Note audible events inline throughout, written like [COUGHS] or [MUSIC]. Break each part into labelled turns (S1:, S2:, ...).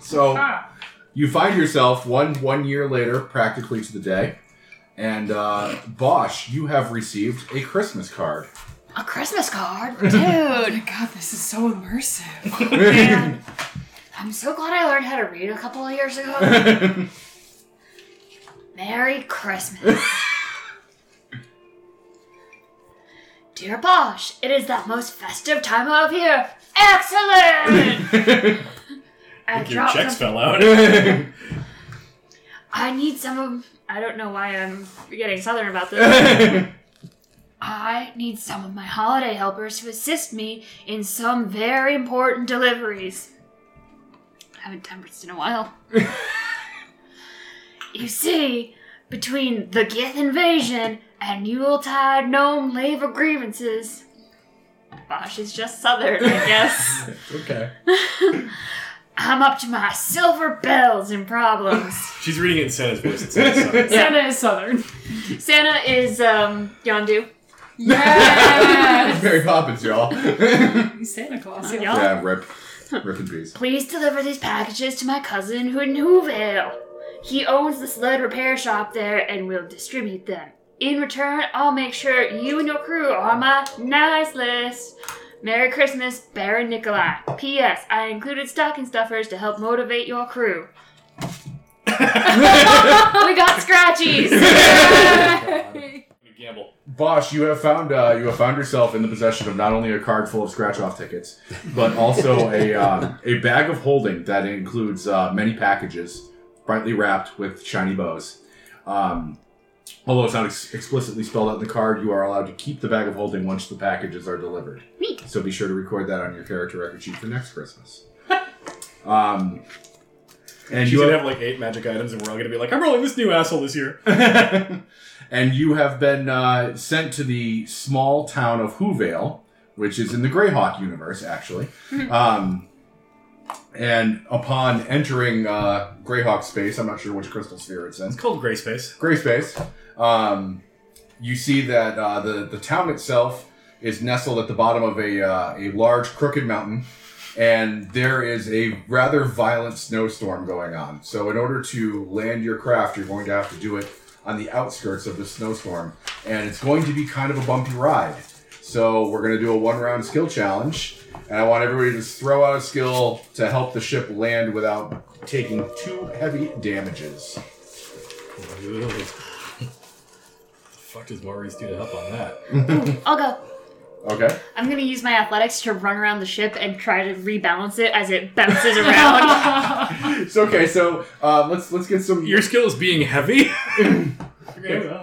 S1: So you find yourself one one year later, practically to the day, and uh, Bosch, you have received a Christmas card.
S2: A Christmas
S3: [LAUGHS]
S2: card? Dude,
S4: God, this is so immersive.
S2: I'm so glad I learned how to read a couple of years
S3: [LAUGHS]
S2: ago. Merry Christmas. Dear Bosch, it is that most festive time of year. Excellent! I
S3: If your
S2: dropped
S3: checks
S2: some-
S3: fell out.
S2: I need some of. I don't know why I'm getting southern
S3: [LAUGHS]
S2: about this. I need some of my holiday helpers to assist me in some very important deliveries. I haven't tempered in a while. you see, between the Gith invasion and Yuletide gnome labor grievances, Bosh is just southern, I guess.
S1: [LAUGHS] okay.
S2: I'm up to my silver bells in problems.
S3: She's reading it in Santa's voice. It sounds like- [LAUGHS]
S4: Santa is southern.
S2: Santa is um Yondu.
S4: Yes!
S1: Mary Poppins, y'all.
S4: Santa Claus.
S2: Y'all
S1: yeah, rip, rip in peace.
S2: Please deliver these packages to my cousin who in Whoville. He owns the sled repair shop there and will distribute them. In return, I'll make sure you and your crew are on my nice list. Merry Christmas, Baron Nikolai. P.S. I included stocking stuffers to help motivate your crew. we got scratchies!
S3: Gamble.
S1: Bosch, you have found uh, you have found yourself in the possession of not only a card full of scratch-off tickets, but also
S3: [LAUGHS]
S1: a uh, a bag of holding that includes uh, many packages, brightly wrapped with shiny bows. Um, although it's not ex- explicitly spelled out in the card, you are allowed to keep the bag of holding once the packages are delivered.
S2: Neat.
S1: So be sure to record that on your character record sheet for next Christmas. um, and
S3: She's
S1: you
S3: gonna
S1: have-
S3: have like eight magic items, and we're all gonna be like, "I'm rolling this new asshole this [LAUGHS] year."
S1: and you have been uh, sent to the small town of Whovale, which is in the Greyhawk universe, actually. um, and upon entering uh, Greyhawk space, I'm not sure which crystal sphere it's in,
S3: It's called Gray Space.
S1: Gray space, um, you see that uh, the the town itself is nestled at the bottom of a uh, a large crooked mountain, and there is a rather violent snowstorm going on. So, in order to land your craft, you're going to have to do it on the outskirts of the snowstorm, and it's going to be kind of a bumpy ride. So, we're going to do a one round skill challenge, and I want everybody to just throw out a skill to help the ship land without taking too heavy damages.
S3: Ooh. the fuck does Maurice do to help on that?
S2: I'll go.
S1: Okay.
S2: I'm gonna use my athletics to run around the ship and try to rebalance it as it bounces around.
S1: It's okay. So uh, let's let's get some
S3: [LAUGHS] Your skill is being heavy.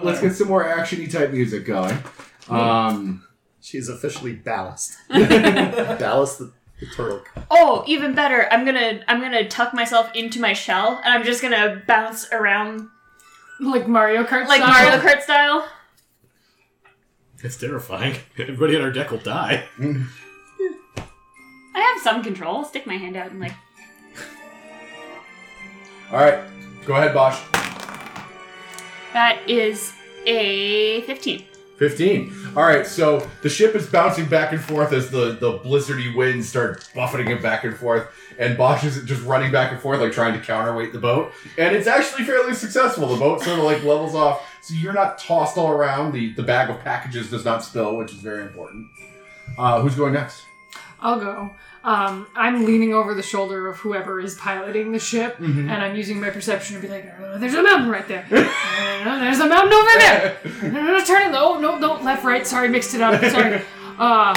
S1: let's get some more actiony type music going. Um,
S5: She's officially ballast. ballast the, the turtle.
S2: oh, even better. I'm gonna I'm gonna tuck myself into my shell and I'm just gonna bounce around
S4: Like Mario Kart.
S2: like
S4: style.
S2: Mario Kart style.
S3: It's terrifying. Everybody in our deck will die.
S2: I have some control. I'll stick my hand out and like
S1: all right, go ahead, Bosch.
S2: that is a fifteen.
S1: 15. All right, so the ship is bouncing back and forth as the, the blizzardy winds start buffeting it back and forth, and Bosch is just running back and forth, like trying to counterweight the boat. And it's actually fairly successful. The boat sort of like levels off, so you're not tossed all around. The, the bag of packages does not spill, which is very important. Uh, who's going next?
S4: I'll go. Um, I'm leaning over the shoulder of whoever is piloting the ship, and I'm using my perception to be like, oh, "There's a mountain right there. Oh, there's a mountain over there. No, no, no, turn it. Oh no, no, left, right. Sorry, mixed it up. Sorry." Uh,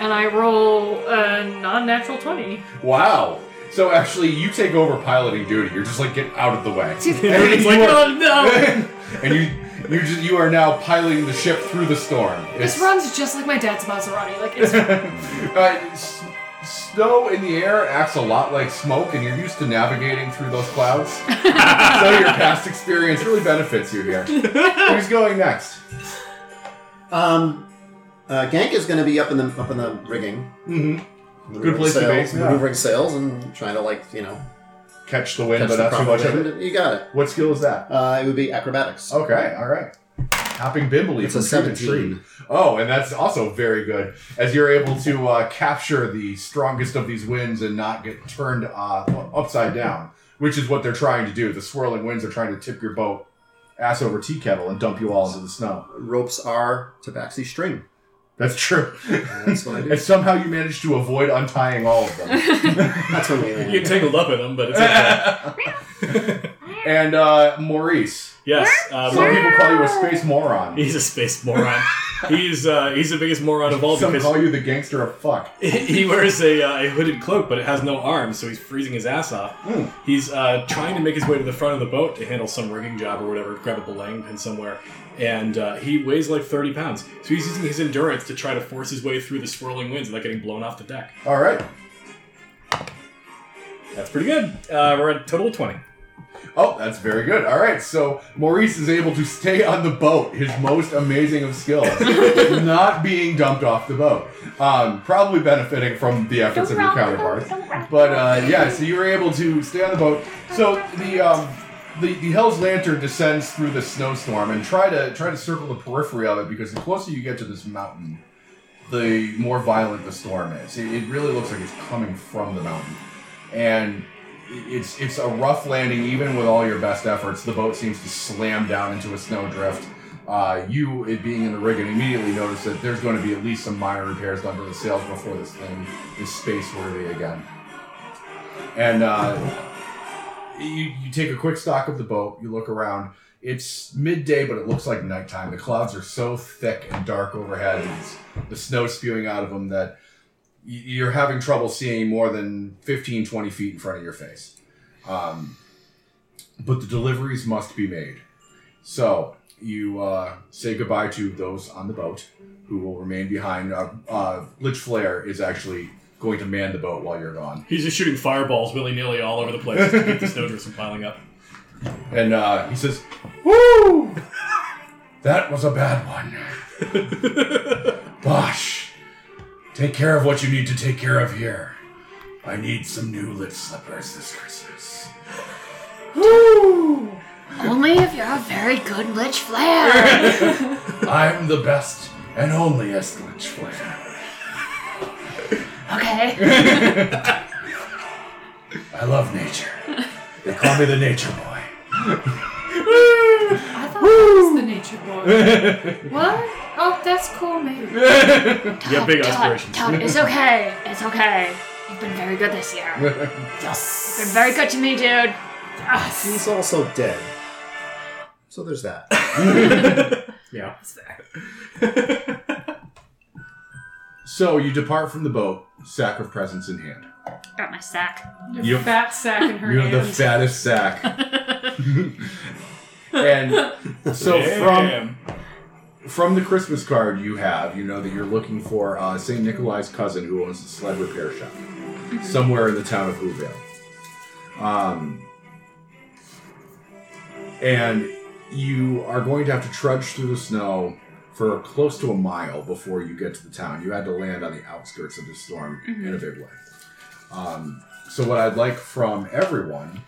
S4: and I roll a non-natural twenty.
S1: Wow. So actually, you take over piloting duty. You're just like get out of the way,
S3: [LAUGHS] Everybody's like,
S1: [LAUGHS]
S3: "Oh no!"
S1: and you you just, you are now piloting the ship through the storm.
S4: This runs just like my dad's Maserati. Like
S1: [LAUGHS]
S4: it's
S1: uh, s- snow in the air acts a lot like smoke, and you're used to navigating through those clouds. so your past experience really benefits you here. Who's going next?
S5: Um, uh, Gank is going to be up in the up in the rigging.
S1: Mm-hmm.
S5: maneuvering
S1: place to
S5: sails-
S1: base, yeah.
S5: Maneuvering sails and trying to like you know
S1: Catch the wind,
S5: catch
S1: but
S5: the
S1: not too
S5: proper
S1: much of
S5: wind.
S1: it.
S5: You got it.
S1: What skill is that?
S5: Uh, it would be acrobatics.
S1: Okay, all right. Hopping Bimbley.
S5: It's a
S1: from tree to tree.
S5: 17.
S1: Oh, and that's also very good, as you're able to uh, capture the strongest of these winds and not get turned uh, upside down, which is what they're trying to do. The swirling winds are trying to tip your boat ass over tea kettle and dump you all into the snow.
S5: Ropes are tabaxi string.
S1: [LAUGHS] That's true.
S5: That's what I do.
S1: and somehow you manage to avoid untying all of them.
S5: That's what we
S3: You
S5: land.
S3: tangled up in them, but it's okay. [LAUGHS]
S1: and uh, Maurice.
S3: yes, uh,
S1: Some
S3: Maurice-
S1: people call you a space moron.
S3: he's a space moron. He's uh, he's the biggest moron of all
S1: Some
S3: because
S1: call you the gangster of fuck.
S3: he wears a, uh, a hooded cloak, but it has no arms, so he's freezing his ass off.
S1: Hmm.
S3: He's uh, trying to make his way to the front of the boat to handle some rigging job or whatever, grab a belaying pin somewhere, and uh, he weighs like 30 pounds. So he's using his endurance to try to force his way through the swirling winds without getting blown off the deck.
S1: All right.
S3: That's pretty good. Uh, we're at a total of 20.
S1: Oh, that's very good. All right, so Maurice is able to stay on the boat, his most amazing of [LAUGHS] skills, not being dumped off the boat. Um, probably benefiting from the efforts of your counterparts. But uh, yeah, so you were able to stay on the boat. So the um, the, the Hell's Lantern descends through the snowstorm and try to try to circle the periphery of it because the closer you get to this mountain, the more violent the storm is. It, it really looks like it's coming from the mountain, and i- it's it's a rough landing. Even with all your best efforts, the boat seems to slam down into a snowdrift. Uh, you, it being in the rig, and immediately notice that there's going to be at least some minor repairs done to the sails before this thing is space worthy again. And uh, you, you take a quick stock of the boat. You look around. It's midday, but it looks like nighttime. The clouds are so thick and dark overhead, and it's- the snow spewing out of them that y- you're having trouble seeing more than 15, 20 feet in front of your face. Um, but the deliveries must be made. So you uh, say goodbye to those on the boat who will remain behind. Uh, uh, Lich Flair is actually going to man the boat while you're gone.
S3: He's just shooting fireballs willy nilly all over the place to keep the snowdrifts from piling up.
S1: And uh, he says, Woo! That was a bad one. Bosh, take care of what you need to take care of here. I need some new lip slippers this Christmas. Woo!
S2: Only if you're a very good Lich Flair.
S1: [LAUGHS] I'm the best and only Lich Flair.
S2: Okay.
S1: [LAUGHS] I love nature. They call me the Nature Boy.
S2: [LAUGHS]
S4: I thought that was the nature boy. what? Oh, that's cool, maybe.
S3: You have big
S2: Todd,
S3: aspirations.
S2: Todd, it's okay. It's okay. You've been very good this year. Yes. You've been very good to me, dude. Yes.
S5: He's also dead. So there's that.
S3: Yeah.
S1: So you depart from the boat, sack of presents in hand.
S2: Got my sack.
S4: Your
S1: Yep.
S4: fat sack in her
S1: You have the
S4: hand.
S1: fattest sack. [LAUGHS] and so from
S3: Damn.
S1: from the Christmas card you have, you know that you're looking for uh, St. Nikolai's cousin who owns the sled repair shop somewhere in the town of Whoville. Um, and you are going to have to trudge through the snow for close to a mile before you get to the town. You had to land on the outskirts of the storm in a big way. Um, so what I'd like from everyone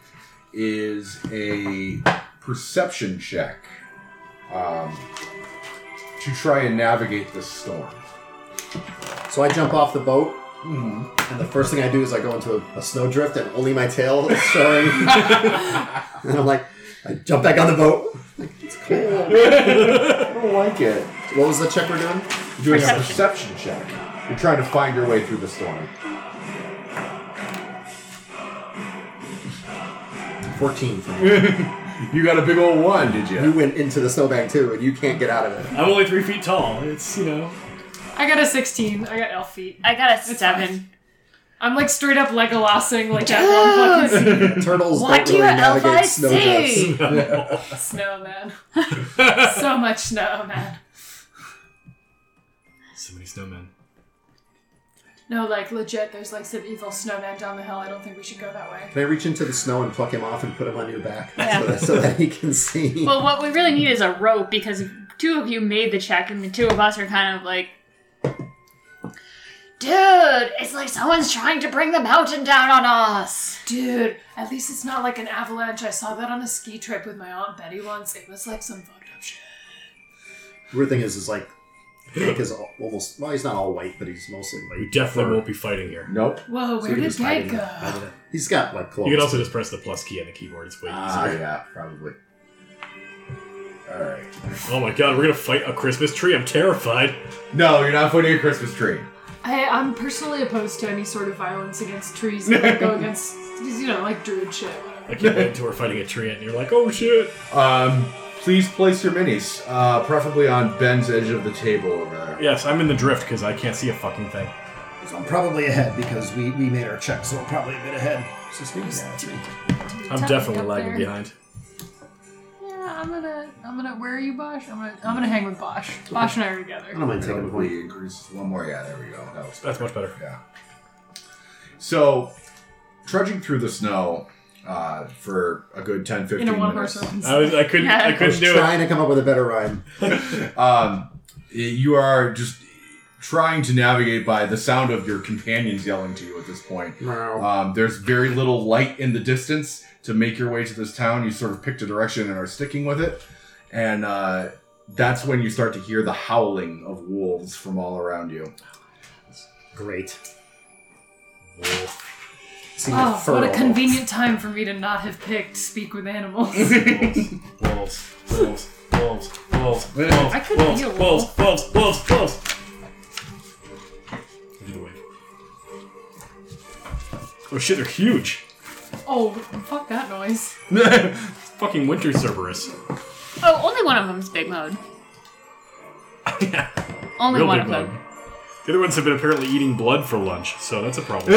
S1: is a perception check um, to try and navigate this storm.
S5: So I jump off the boat,
S1: Mm-hmm.
S5: and the first thing I do is I go into a, a snowdrift, and only my tail is
S1: [LAUGHS]
S5: showing. and I'm like, I jump back on the boat. Like, it's cool.
S1: I don't like it.
S5: What was the check we're doing?
S1: You're doing a
S2: Perception.
S1: perception check. You're trying to find your way through the storm.
S5: 14 for me.
S1: You got a big old one, did
S5: You
S1: you?
S5: went into the snowbank too, and you can't get out of it.
S3: I'm only three feet tall. It's, you know.
S4: I got a 16. I got elf feet.
S2: I got a
S4: It's
S2: seven.
S4: I'm like straight up like a losing like that one fucking
S5: Turtles
S2: Why
S5: don't
S2: do you
S5: really
S2: have
S5: navigate
S2: LFI
S5: snowdrifts.
S2: sing?
S4: scene. snow man. [LAUGHS] so much snow man.
S3: So many snowmen.
S4: No, like legit. There's like some evil snowman down the hill. I don't think we should go that way.
S5: Can I reach into the snow and pluck him off and put him on your back
S2: Yeah.
S5: [LAUGHS] so, that, so that he can see?
S2: Well, what we really need is a rope because two of you made the check and the two of us are kind of like. Dude, it's like someone's trying to bring the mountain down on us.
S4: Dude, at least it's not like an avalanche. I saw that on a ski trip with my aunt Betty once. It was like some fucked up shit.
S5: Weird thing is, is like Hank is al- almost well, he's not all white, but he's mostly
S3: You
S5: white.
S3: definitely
S5: Fur.
S3: won't be fighting here.
S1: Nope.
S4: Whoa,
S5: So
S4: where
S5: he
S4: did
S5: was hiding
S4: that
S5: it,
S4: go?
S5: hiding it. He's got like clothes.
S3: You can also just press the plus key on the keyboard. It's way
S5: Ah.
S3: easier.
S1: yeah, probably. All right.
S3: Oh my god, we're gonna fight a Christmas tree. I'm terrified.
S1: No, you're not putting a Christmas tree.
S4: I, I'm personally opposed to any sort of violence against trees that
S5: [LAUGHS]
S4: like, go against, you know, like druid shit.
S3: I can't wait until we're fighting a tree and you're like, oh shit.
S1: Um, please place your minis, uh, preferably on Ben's edge of the table over there.
S3: Yes, I'm in the drift because I can't see a fucking thing.
S5: So I'm probably ahead because we, we made our check, so I'm probably a bit ahead. It's just me.
S3: I'm definitely lagging behind.
S4: Yeah, I'm gonna, I'm gonna. Where are you, Bosch? I'm gonna, I'm gonna hang with Bosch. Bosch and I are
S5: I
S4: together.
S5: don't mind
S1: Take
S5: taking a
S1: it
S5: point.
S1: we increase one more. Yeah, there we go. That was
S3: That's much better.
S1: Yeah. So, trudging through the snow uh, for a good 10, 15
S4: In a one
S1: minutes.
S4: horse open.
S3: I was, I couldn't, I
S2: Yeah.
S5: I was
S3: couldn't do it.
S5: trying to come up with a better rhyme.
S1: Um, you are just trying to navigate by the sound of your companions yelling to you at this point.
S5: Meow.
S1: Um, there's very little light in the distance to make your way to this town. You sort of picked a direction and are sticking with it. And uh, that's when you start to hear the howling of wolves from all around you.
S5: Great. See my
S4: Oh,
S5: fur
S4: what a
S5: all-
S4: convenient time for me to not have picked Speak
S3: [LAUGHS]
S4: with Animals.
S3: wolves, wolves, wolves, wolves, wolves, wolves,
S4: I could
S3: wolves,
S4: be a
S3: wolves, wolves, wolves, wolves. I did a wave. Oh shit, they're huge.
S4: oh, fuck that noise.
S3: it's fucking winter Cerberus. [LAUGHS]
S2: Oh, only one of them's big mode.
S3: yeah,
S2: Only
S3: real
S2: one
S3: big
S2: of
S3: bug.
S2: them.
S3: The other ones have been apparently eating blood for lunch, so that's a [LAUGHS] problem.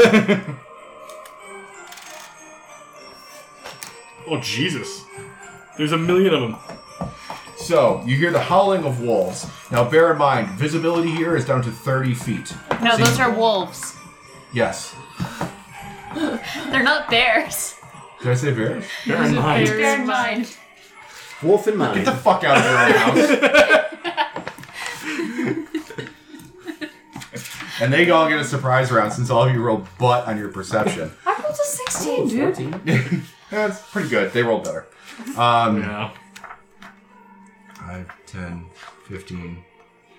S3: oh Jesus! There's a million of them.
S1: So you hear the howling of wolves. Now, bear in mind, visibility here is down to 30 feet.
S2: No,
S1: See?
S2: those are wolves.
S1: Yes.
S2: They're not bears.
S1: Did I say bear?
S3: Bear in mind.
S4: Bear in mind.
S5: Wolf in mind.
S1: Get the fuck out of your own house. and they all get a surprise round since all of you rolled butt on your perception.
S4: I rolled a 16, dude.
S5: 14.
S1: That's pretty good. They rolled better. Um,
S3: Yeah.
S1: 5, 10, 15,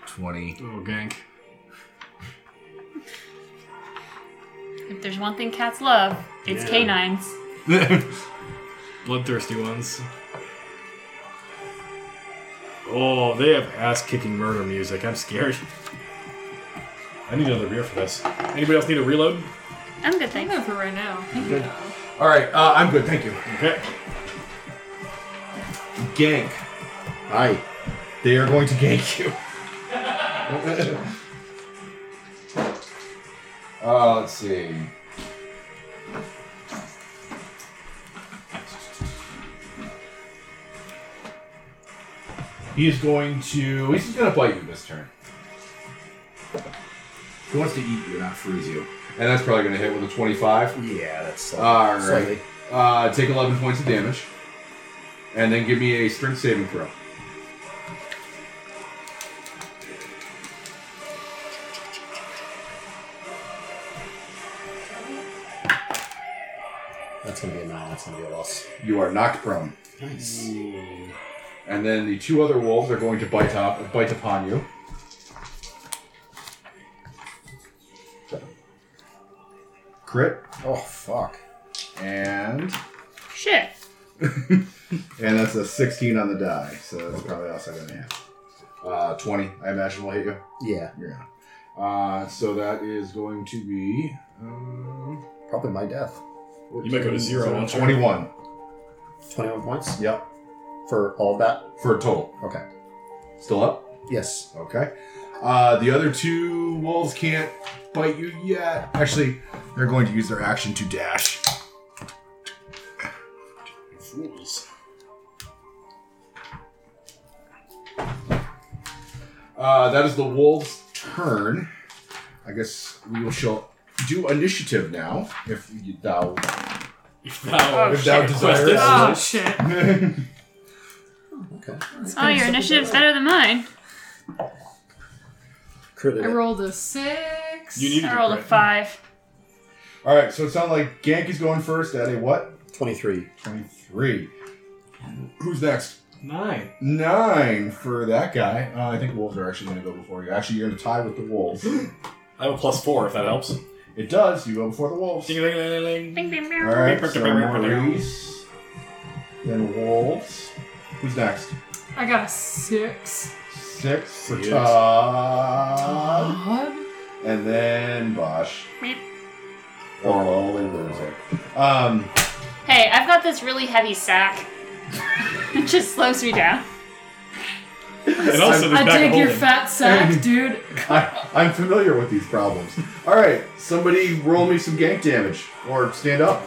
S1: 20. [LAUGHS]
S3: Oh gank.
S2: If there's one thing cats love, it's
S3: Yeah.
S2: canines.
S3: bloodthirsty ones. Oh, they have ass-kicking murder music. I'm scared. I need another beer for this. Anybody else need a reload?
S2: I'm good,
S4: I'm
S2: thanks.
S4: good for right now. Thank you. though.
S1: All right, uh, I'm good. Thank you.
S3: Okay.
S1: Gank.
S5: Hi.
S1: They are going to gank you. [LAUGHS] uh, let's see. He is going to. He's just going to bite you this turn. He wants to eat you, not freeze you. And that's probably going to hit with a 25.
S5: Yeah, that's
S1: All right.
S5: slightly.
S1: Uh, take 11 points of damage. And then give me a strength saving throw.
S5: That's gonna be a nine. That's gonna be a loss.
S1: You are knocked prone.
S5: Nice.
S1: And then the two other wolves are going to bite up, bite upon you. Crit
S5: Oh fuck.
S1: and
S2: Shit.
S1: and that's a 16 on the die, so that's probably also going to hit. Uh, 20, I imagine will hit you.
S5: Yeah,
S1: Yeah. Uh, so that is going to be. Um,
S5: probably my death.
S3: You might go to zero once you're-
S1: 21.
S5: Twenty-one points
S1: Yep.
S5: for all of that.
S1: For a total.
S5: Okay.
S1: Still up.
S5: Yes.
S1: Okay. Uh, the other two wolves can't bite you yet. Actually, they're going to use their action to dash.
S3: Fools.
S1: Uh, that is the wolves' turn. I guess we will shall do initiative now, if you- thou.
S3: If thou,
S1: If thou
S3: requestest-
S1: desirest.
S4: Oh, shit.
S5: Okay.
S2: Oh, your initiative's better than mine.
S5: Crit
S4: I
S5: it.
S4: rolled a 6.
S3: You need-
S2: I rolled a five.
S1: All right, so it sounds like Gank is going first at a what?
S5: Twenty-three.
S1: Twenty-three. Who's next?
S3: Nine.
S1: Nine for that guy. Uh, I think wolves are actually going to go before you. Actually, you're going to tie with the wolves.
S3: I have a plus four if that helps.
S1: It does. You go before the wolves.
S3: Ding-a-ling-a-ling-a-ling.
S2: Bing, bing,
S1: All
S2: bing.
S1: right. So Maurice, then wolves. Who's next?
S4: I got a six.
S1: Six for
S3: Six.
S1: Todd,
S4: Todd?
S1: and then Oh, Bosch.
S2: Meep.
S1: Or lonely loser. Um,
S2: Hey, I've got this really heavy sack. [LAUGHS] it just slows me
S3: [LAUGHS]
S2: down.
S3: And also this
S4: I
S3: bag of
S4: dig your
S3: holding.
S4: fat sack, dude.
S1: I, I'm familiar with these problems. All right, somebody roll me some gank damage, or stand up.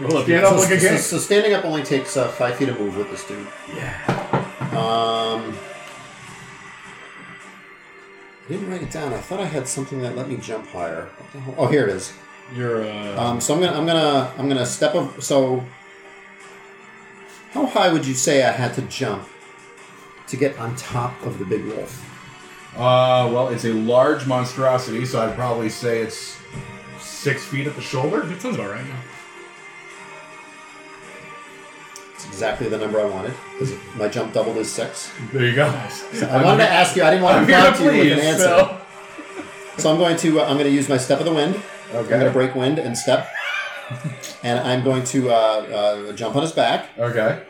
S3: Roll up.
S1: Stand up like a
S5: so,
S1: gank.
S5: so standing up only takes uh, five feet of move with this dude.
S3: Yeah.
S5: Um, I didn't write it down. I thought I had something that let me jump higher. What the hell? Oh, here it is.
S3: You're uh,
S5: Um, so I'm gonna, I'm gonna, I'm gonna step up. So, how high would you say I had to jump to get on top of the big wolf?
S1: Uh, well, it's a large monstrosity, so I'd probably say it's six feet at the shoulder.
S3: that sounds about right. Yeah.
S5: It's exactly the number I wanted. 'cause my jump doubled is six.
S1: There you go. [LAUGHS]
S3: Nice.
S5: I wanted to ask you. I didn't want
S1: I'm
S5: to
S1: here to
S5: prompt you with an
S1: please.
S5: answer.
S1: So.
S5: So I'm going to, uh, I'm gonna use my step of the wind. I'm gonna
S1: Okay.
S5: break wind and step, and I'm going to uh, uh, jump on his back.
S1: Okay.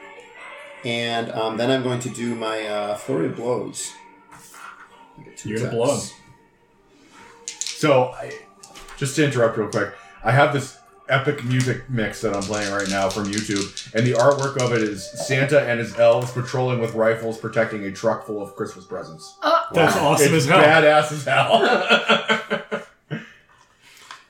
S5: and um, then I'm going to do my uh, flurry of blows. I get two
S3: You're gonna
S5: attacks.
S3: blow him.
S1: So, I, just to interrupt real quick, I have this epic music mix that I'm playing right now from YouTube, and the artwork of it is Santa and his elves patrolling with rifles, protecting a truck full of Christmas presents.
S3: That's awesome
S1: it's
S3: as hell.
S1: badass as hell. [LAUGHS]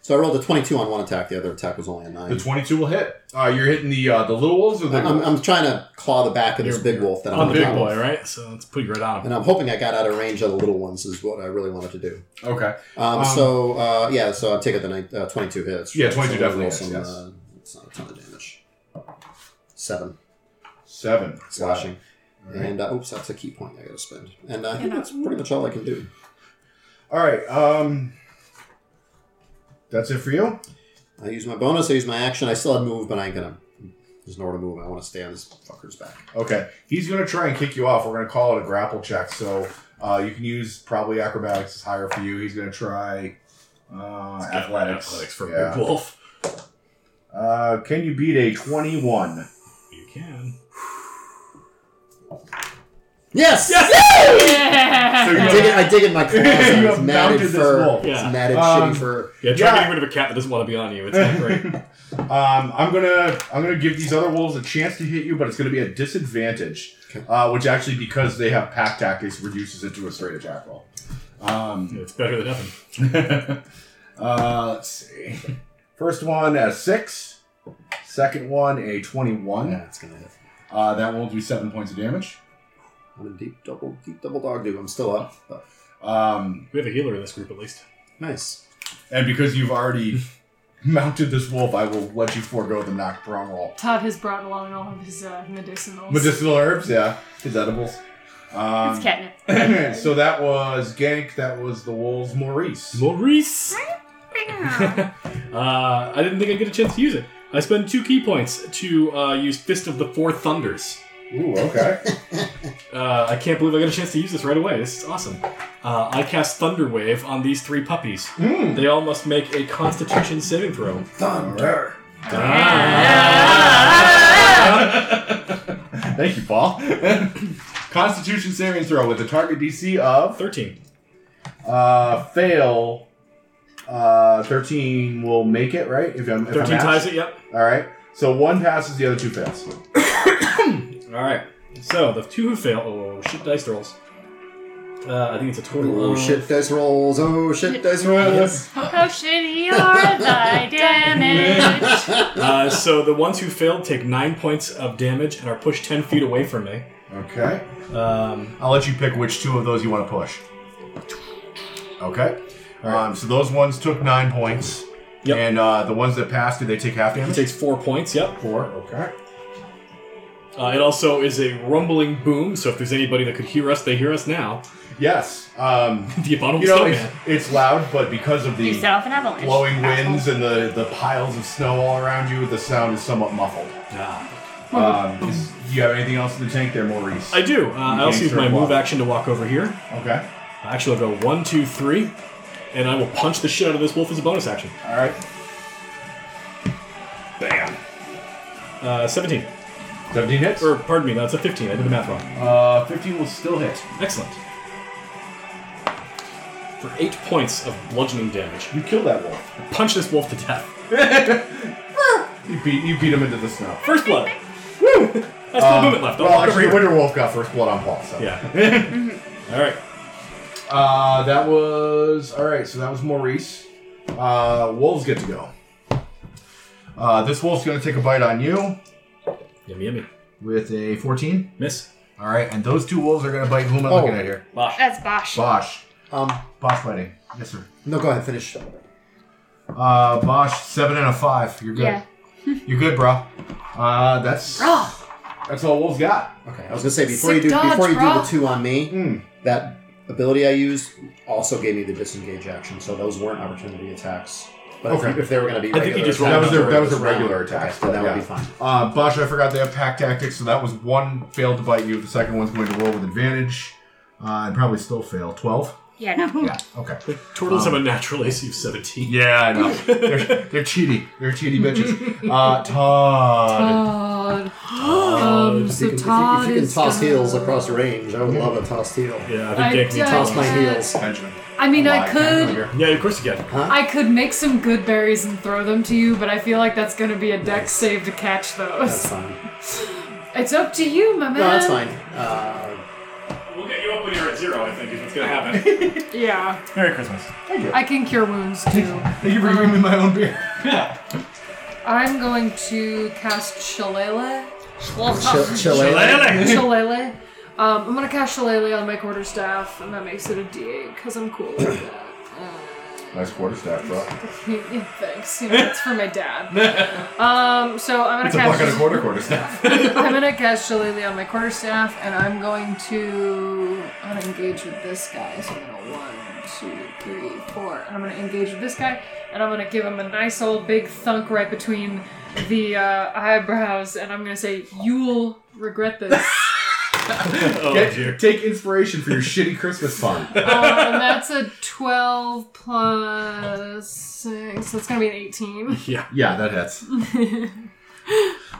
S5: So I rolled a 22 on one attack. The other attack was only a
S1: the
S5: nine.
S1: 22 will hit. Uh, you're hitting the uh, the little wolves or the
S5: I'm, I'm trying to claw the back of this
S3: You're-
S5: big wolf that I'm
S3: I'm a
S5: on
S3: big
S5: top
S3: boy,
S5: of.
S3: right? So let's put you right on him.
S5: and I'm hoping I got out of range of the little ones. Is what I really wanted to do.
S1: okay.
S5: Um,
S1: Um,
S5: so uh, yeah, so I'll take it the nine, uh, 22 hits.
S1: Yeah, 22
S5: So I'll
S1: definitely
S5: roll
S1: hits, yes.
S5: Uh, it's not a ton of damage. Seven
S1: Seven
S5: slashing.
S1: All right.
S5: And uh, oops, that's a key point I got to spend. And uh, I
S4: And
S5: think that's pretty much all I can do.
S1: All right. Um, that's it for you.
S5: I use my bonus. I use my action. I still had move, but I ain't gonna. There's nowhere to move. I want to stay on this fucker's back.
S1: Okay. He's going to try and kick you off. We're going to call it a grapple check. So uh, you can use probably acrobatics is higher for you. He's going to try uh,
S3: Let's get
S1: athletics.
S3: Athletics for a
S1: Yeah.
S3: big wolf.
S1: Uh, can you beat a twenty-one?
S3: You can.
S5: Yes.
S1: So you
S5: I
S1: Yeah.
S5: dig it. I dig it
S1: [LAUGHS]
S5: in my claws.
S1: You
S5: and It's
S1: have
S5: matted
S1: mounted this
S5: fur.
S1: wolf.
S5: It's
S3: Yeah.
S5: matted
S1: Um,
S5: shitty fur.
S3: Yeah, try
S1: Yeah.
S3: getting rid of a cat that doesn't want to be on you. It's
S1: [LAUGHS]
S3: not great. [LAUGHS]
S1: Um, I'm gonna I'm gonna give these other wolves a chance to hit you, but it's gonna be a disadvantage,
S5: Okay.
S1: uh, which actually because they have pack tactics reduces it to a straight attack roll. Um,
S3: it's better than nothing.
S1: [LAUGHS] uh, let's see. First one a six. Second one a
S5: Yeah,
S1: twenty-one.
S5: it's gonna hit.
S1: Uh, that will do seven points of damage.
S5: I'm a deep double, deep double dog dude. I'm still up. But
S1: Um,
S3: We have a healer in this group at least.
S5: nice.
S1: and because you've already [LAUGHS] mounted this wolf, I will let you forego the knock prong roll.
S4: Todd has brought along all of his uh, medicinals.
S1: Medicinal herbs, yeah, his edibles. Um,
S2: It's catnip.
S1: [LAUGHS] so that was Gank. That was the wolves. Maurice.
S3: Maurice! [LAUGHS] uh, I didn't think I'd get a chance to use it. I spend two key points to uh, use Fist of the Four Thunders.
S1: Ooh, okay.
S3: Uh, I can't believe I got a chance to use this right away. This is awesome. Uh, I cast Thunder Wave on these three puppies.
S1: Mm.
S3: They all must make a Constitution saving throw.
S5: Thunder.
S3: Ah.
S1: Thank you, Paul. [LAUGHS] Constitution saving throw with a target DC of
S3: Thirteen.
S1: uh, fail. Uh, Thirteen will make it, right? If I'm if
S3: Thirteen
S1: I'm
S3: ties
S1: asked.
S3: it. Yep.
S1: All right. So one passes, the other two fails.
S3: All right. So the two who fail. Oh shit! Dice rolls. Uh, I think it's a total.
S5: Oh
S3: of-
S5: shit! Dice rolls. Oh shit! Dice rolls.
S2: How shitty are
S3: [LAUGHS]
S2: thy damage?
S3: Uh, so the ones who failed take nine points of damage and are pushed ten feet away from me.
S1: Okay.
S3: Um,
S1: I'll let you pick which two of those you want to push. Okay. Um, so those ones took nine points.
S3: Yep.
S1: And uh, the ones that passed, did they take half
S3: it
S1: damage?
S3: takes four points. Yep.
S1: four. Okay.
S3: Uh, it also is a rumbling boom. So if there's anybody that could hear us, they hear us now. [LAUGHS]
S1: Yes. Um,
S3: the abominable
S1: you know,
S3: snowman.
S1: it's, it's loud, but because of
S2: You set
S1: the
S2: off an avalanche.
S1: blowing winds and the, the piles of snow all around you, the sound is somewhat muffled.
S3: Ah.
S1: Um, is- do you have anything else in the tank there, Maurice?
S3: I do. Uh, I also use
S1: gangster
S3: my
S1: walk.
S3: move action to walk over here.
S1: okay.
S3: Actually, I'll go one, two, three, and I will punch the shit out of this wolf as a bonus action.
S1: All right. Bam.
S3: Uh, 17.
S1: 17 hits.
S3: Or, pardon me, that's a 15. I did the math wrong.
S1: Uh, 15 will still hit.
S3: Excellent. For eight points of bludgeoning damage,
S1: You killed that wolf.
S3: punch this wolf to death.
S1: You beat, you beat him into the snow.
S3: First blood. Woo! That's still movement left. I'll
S1: Um, well,
S3: walk over
S1: actually,
S3: here.
S1: Winter Wolf got first blood on Paul. So.
S3: Yeah. [LAUGHS] All right.
S1: Uh, that was all right. So that was Maurice. Uh, wolves get to go. Uh, this wolf's going to take a bite on you
S3: Yummy, yummy.
S1: with a 14.
S3: Miss.
S1: All right, and those two wolves are going to bite. Who am I
S5: Oh.
S1: looking at here?
S3: Bosh.
S2: That's Bosh.
S1: Bosch.
S5: Um,
S1: Bosch biting. Yes, sir.
S5: no, go ahead, finish.
S1: Uh, Bosch, seven and a five. You're good.
S2: Yeah.
S1: You're good, bro. Uh, that's
S2: Bro.
S1: that's all wolves got.
S5: Okay, I was gonna say before
S4: Sick
S5: you do
S4: dodge,
S5: before you do
S4: bro.
S5: the two on me,
S3: Hmm.
S1: Mm.
S5: that ability I used also gave me the disengage action, so those weren't opportunity attacks. But if
S1: Okay.
S5: if, they were gonna be,
S3: I think you
S5: regular
S3: just
S5: attacks,
S3: rolled That was
S1: their- that was
S5: those
S1: their regular
S5: round.
S1: attacks,
S5: Okay, so that
S1: yeah.
S5: would be fine.
S1: Uh, Bosch, I forgot they have pack tactics, so that was one failed to bite you. The second one's going to roll with advantage, uh, and probably still fail. Twelve.
S2: Yeah, no.
S1: Yeah. Okay.
S3: The turtles have a natural AC of 17.
S1: Um, Yeah, I [LAUGHS] know. they're, they're cheaty. They're cheaty bitches. Uh, Todd.
S4: Todd.
S3: Um,
S4: um,
S5: Oh, If you,
S4: so
S5: can, if you-
S4: Todd
S5: if you can
S4: is
S5: toss
S4: gonna-
S5: heels across range, I would love a toss heel.
S3: Yeah, I
S4: I
S3: think Jake needs
S4: don't-
S5: Toss my
S3: help.
S4: Yeah.
S5: heels.
S1: Benjamin.
S4: I mean, I
S1: Why? Kinda
S4: could.
S1: familiar.
S3: Yeah, of course you can.
S4: I could make some good berries and throw them to you, but I feel like that's gonna be a deck save to catch
S5: That's
S4: those.
S5: fine.
S4: It's up to you, my man.
S5: No, that's fine. Uh,
S3: We'll get you up when you're at zero, I think, is what's going
S1: [LAUGHS]
S3: to happen.
S4: Yeah,
S3: Merry Christmas.
S4: I can cure wounds
S5: [LAUGHS]
S4: too.
S1: Thank you for giving me my own beer.
S4: I'm going to cast
S5: [LAUGHS]
S4: Shillelagh.
S5: Chil- Chile.
S3: Lele!
S4: Shillelagh. Um, I'm gonna cast Shillelagh on my quarterstaff, and that makes it a D8 because I'm cool
S5: [COUGHS]
S4: with that. [LAUGHS]
S1: Nice quarter staff, bro.
S4: Yeah, Thanks. You know, that's for my
S5: [LAUGHS]
S4: dad. Um, so I'm gonna
S1: It's a
S4: cast.
S1: buck and a quarter quarter staff.
S4: I'm gonna cast Shillelagh on my quarterstaff, and I'm going to I'm gonna engage with this guy. So I'm gonna one, two, three, four, and I'm gonna engage with this guy, and I'm gonna give him a nice old big thunk right between the uh, eyebrows, and I'm gonna say, "You'll regret this."
S3: Oh, dear.
S1: Get, take inspiration for your shitty Christmas fun.
S4: um, that's a twelve plus six, so it's gonna be an eighteen.
S3: Yeah.
S1: Yeah, that
S4: [LAUGHS]
S1: hits.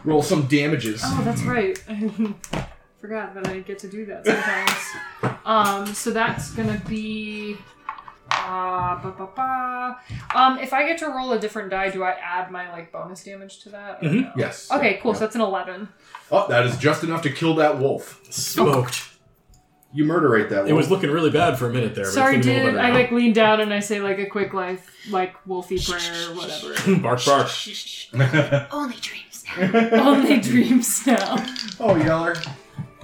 S1: Roll some damages.
S4: Oh, that's right. [LAUGHS] I forgot that I get to do that sometimes. um, so that's gonna be. Uh, ba, ba, ba. Um, if I get to roll a different die, do I add my like bonus damage to that? or
S3: Mhm.
S4: no?
S1: Yes.
S4: Okay, cool. So that's an eleven.
S1: Oh, that is just enough to kill that wolf.
S3: Smoked.
S1: You murderate that wolf.
S3: It was looking really bad for a minute there. But
S4: Sorry,
S3: it's gonna be a
S4: dude.
S3: little
S4: I
S3: better
S4: like lean down and I say like a quick life, like wolfy prayer
S3: [LAUGHS]
S4: or whatever.
S3: now. bark, bark.
S4: [LAUGHS]
S2: Only [LAUGHS] dreams now.
S4: Only dreams now.
S1: oh, yeller,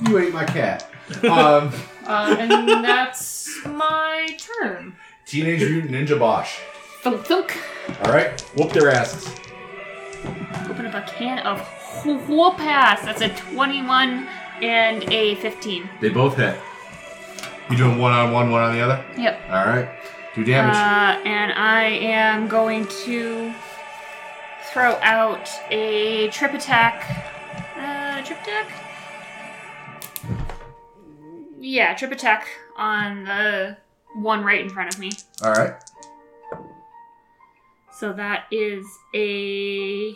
S1: you ate my cat.
S3: [LAUGHS]
S1: Um,
S4: Uh, and that's my turn.
S1: Teenage Mutant Ninja Bosch.
S4: Thunk thunk.
S1: All right, whoop their asses.
S2: Open up a can of whoop pass. That's a 21 and a 15.
S1: They both hit. You doing one on one, one on the other?
S2: Yep.
S1: All right. Do damage.
S2: Uh, and I am going to throw out a trip attack. Uh, trip attack? Yeah, trip attack on the one right in front of me.
S1: All right.
S2: So that is a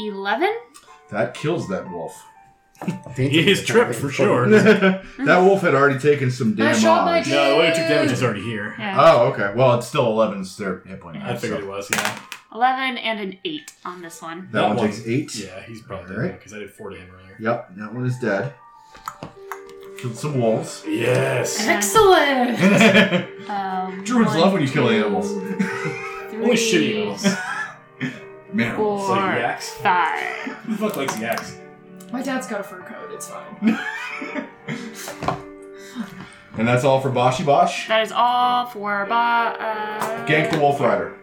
S2: 11?
S1: That kills that wolf. [LAUGHS]
S3: He is tripped for sure. no,
S1: that wolf had already taken some
S4: I
S1: damage.
S4: shot my dude.
S3: the way it took damage is already here.
S2: Yeah.
S1: Oh, okay. Well, it's still 11's their hit point.
S3: I figured it was, yeah.
S2: 11 and an 8 on this one.
S1: That, one, takes eight.
S3: Yeah, he's probably
S1: Alright.
S3: dead because I did four to him earlier.
S1: Yep. That one is dead. Killed some [LAUGHS] wolves.
S3: Yes.
S4: Excellent.
S1: Druids
S2: Um,
S1: love when you kill animals. [LAUGHS]
S3: Only shitty [LAUGHS] animals.
S1: Man,
S3: It's like
S2: Four.
S3: yaks.
S2: Five.
S3: Who the fuck likes [LAUGHS] yaks?
S4: My dad's got a fur coat.
S3: [LAUGHS]
S4: It's fine.
S1: and that's all for Boshi Bosh.
S2: That is all for Ba. Uh,
S1: Gank the Wolf Rider.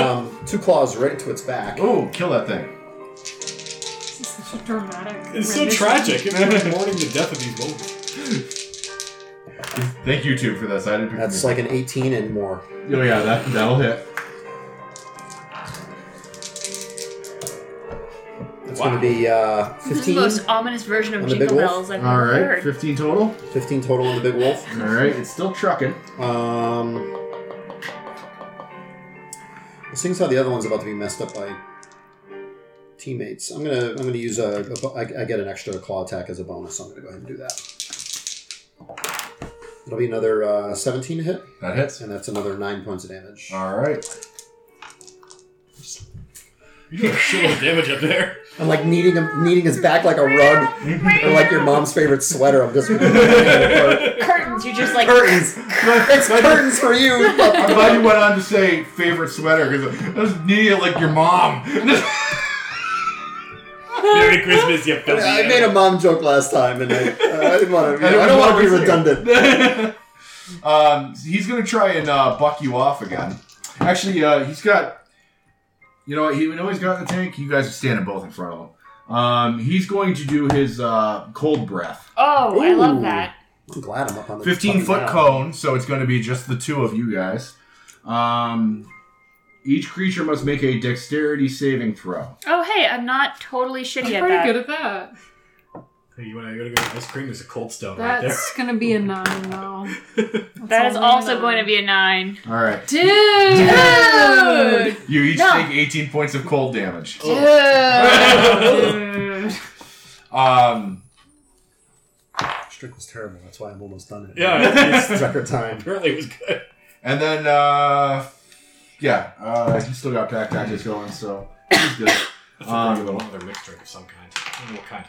S5: Um, two claws right into its back.
S1: Oh, kill that thing.
S4: This is such a dramatic.
S3: It's so
S4: rendition.
S3: tragic. It's like mourning the death of these wolves.
S1: Thank you, YouTube, for this. I didn't pick
S5: That's
S1: them.
S5: like an 18 and more.
S1: Oh, yeah, that, that'll hit.
S5: That's It's going to be uh,
S2: This is the
S5: 15,
S2: most ominous version of
S5: On the big
S2: jingle
S5: wolf?
S2: bells I've
S1: All
S2: ever
S1: right,
S2: heard.
S1: 15 total.
S5: 15 total on the big wolf.
S1: All right, it's still trucking.
S5: Um, well, seeing as how the other one's about to be messed up by teammates, I'm gonna I'm gonna use a, a bo- I I get an extra claw attack as a bonus. So I'm gonna go ahead and do that. It'll be another uh, 17 hit,
S1: That hits.
S5: and that's another nine points of damage.
S1: All right.
S3: You did a shitload of damage up there. [LAUGHS]
S5: I'm like kneading him, kneading his back like a rug, or like your mom's favorite sweater. I'm just curtains.
S6: Curtains, you just like.
S5: It's curtains for you.
S1: I'm glad you went on to say favorite sweater because I just need it like your mom. [LAUGHS]
S3: Merry Christmas, you filthy.
S5: I made a mom joke last time, and I, I didn't want to. I
S1: I don't
S5: don't, want to be
S1: wanna say it.
S5: redundant.
S1: [LAUGHS] um, he's gonna try and uh, buck you off again. Actually, uh, he's got. You know, what, he, you know what he's got in the tank. You guys are standing both in front of him. Um, he's going to do his uh, cold breath.
S2: Oh, I
S5: Ooh.
S2: love that.
S5: I'm glad I'm up on the
S1: 15
S5: fucking
S1: foot
S5: mountain.
S1: cone, so it's going to be just the two of you guys. Um, each creature must make a dexterity saving throw.
S2: Oh, hey, I'm not totally shitty at
S4: I'm pretty
S2: that.
S4: good at that.
S3: Hey, you wanna, you wanna go get ice cream? There's a cold stone Oh, right
S4: That's gonna be a nine, though.
S2: that is also going to be a nine.
S1: All right.
S4: Dude!
S1: You each
S2: No.
S1: take 18 points of cold damage.
S4: Dude.
S1: Um,
S5: Strick was terrible. That's why I'm almost done it.
S3: there. Yeah, it's,
S5: It's [LAUGHS] record
S3: [LAUGHS]
S5: time.
S3: apparently it was good.
S1: and then, uh, yeah, uh, he's still got pack tactics going, so he's
S2: [COUGHS]
S1: good.
S3: That's a
S1: Um,
S3: pretty good another mixed drink of some kind. I don't know what kind.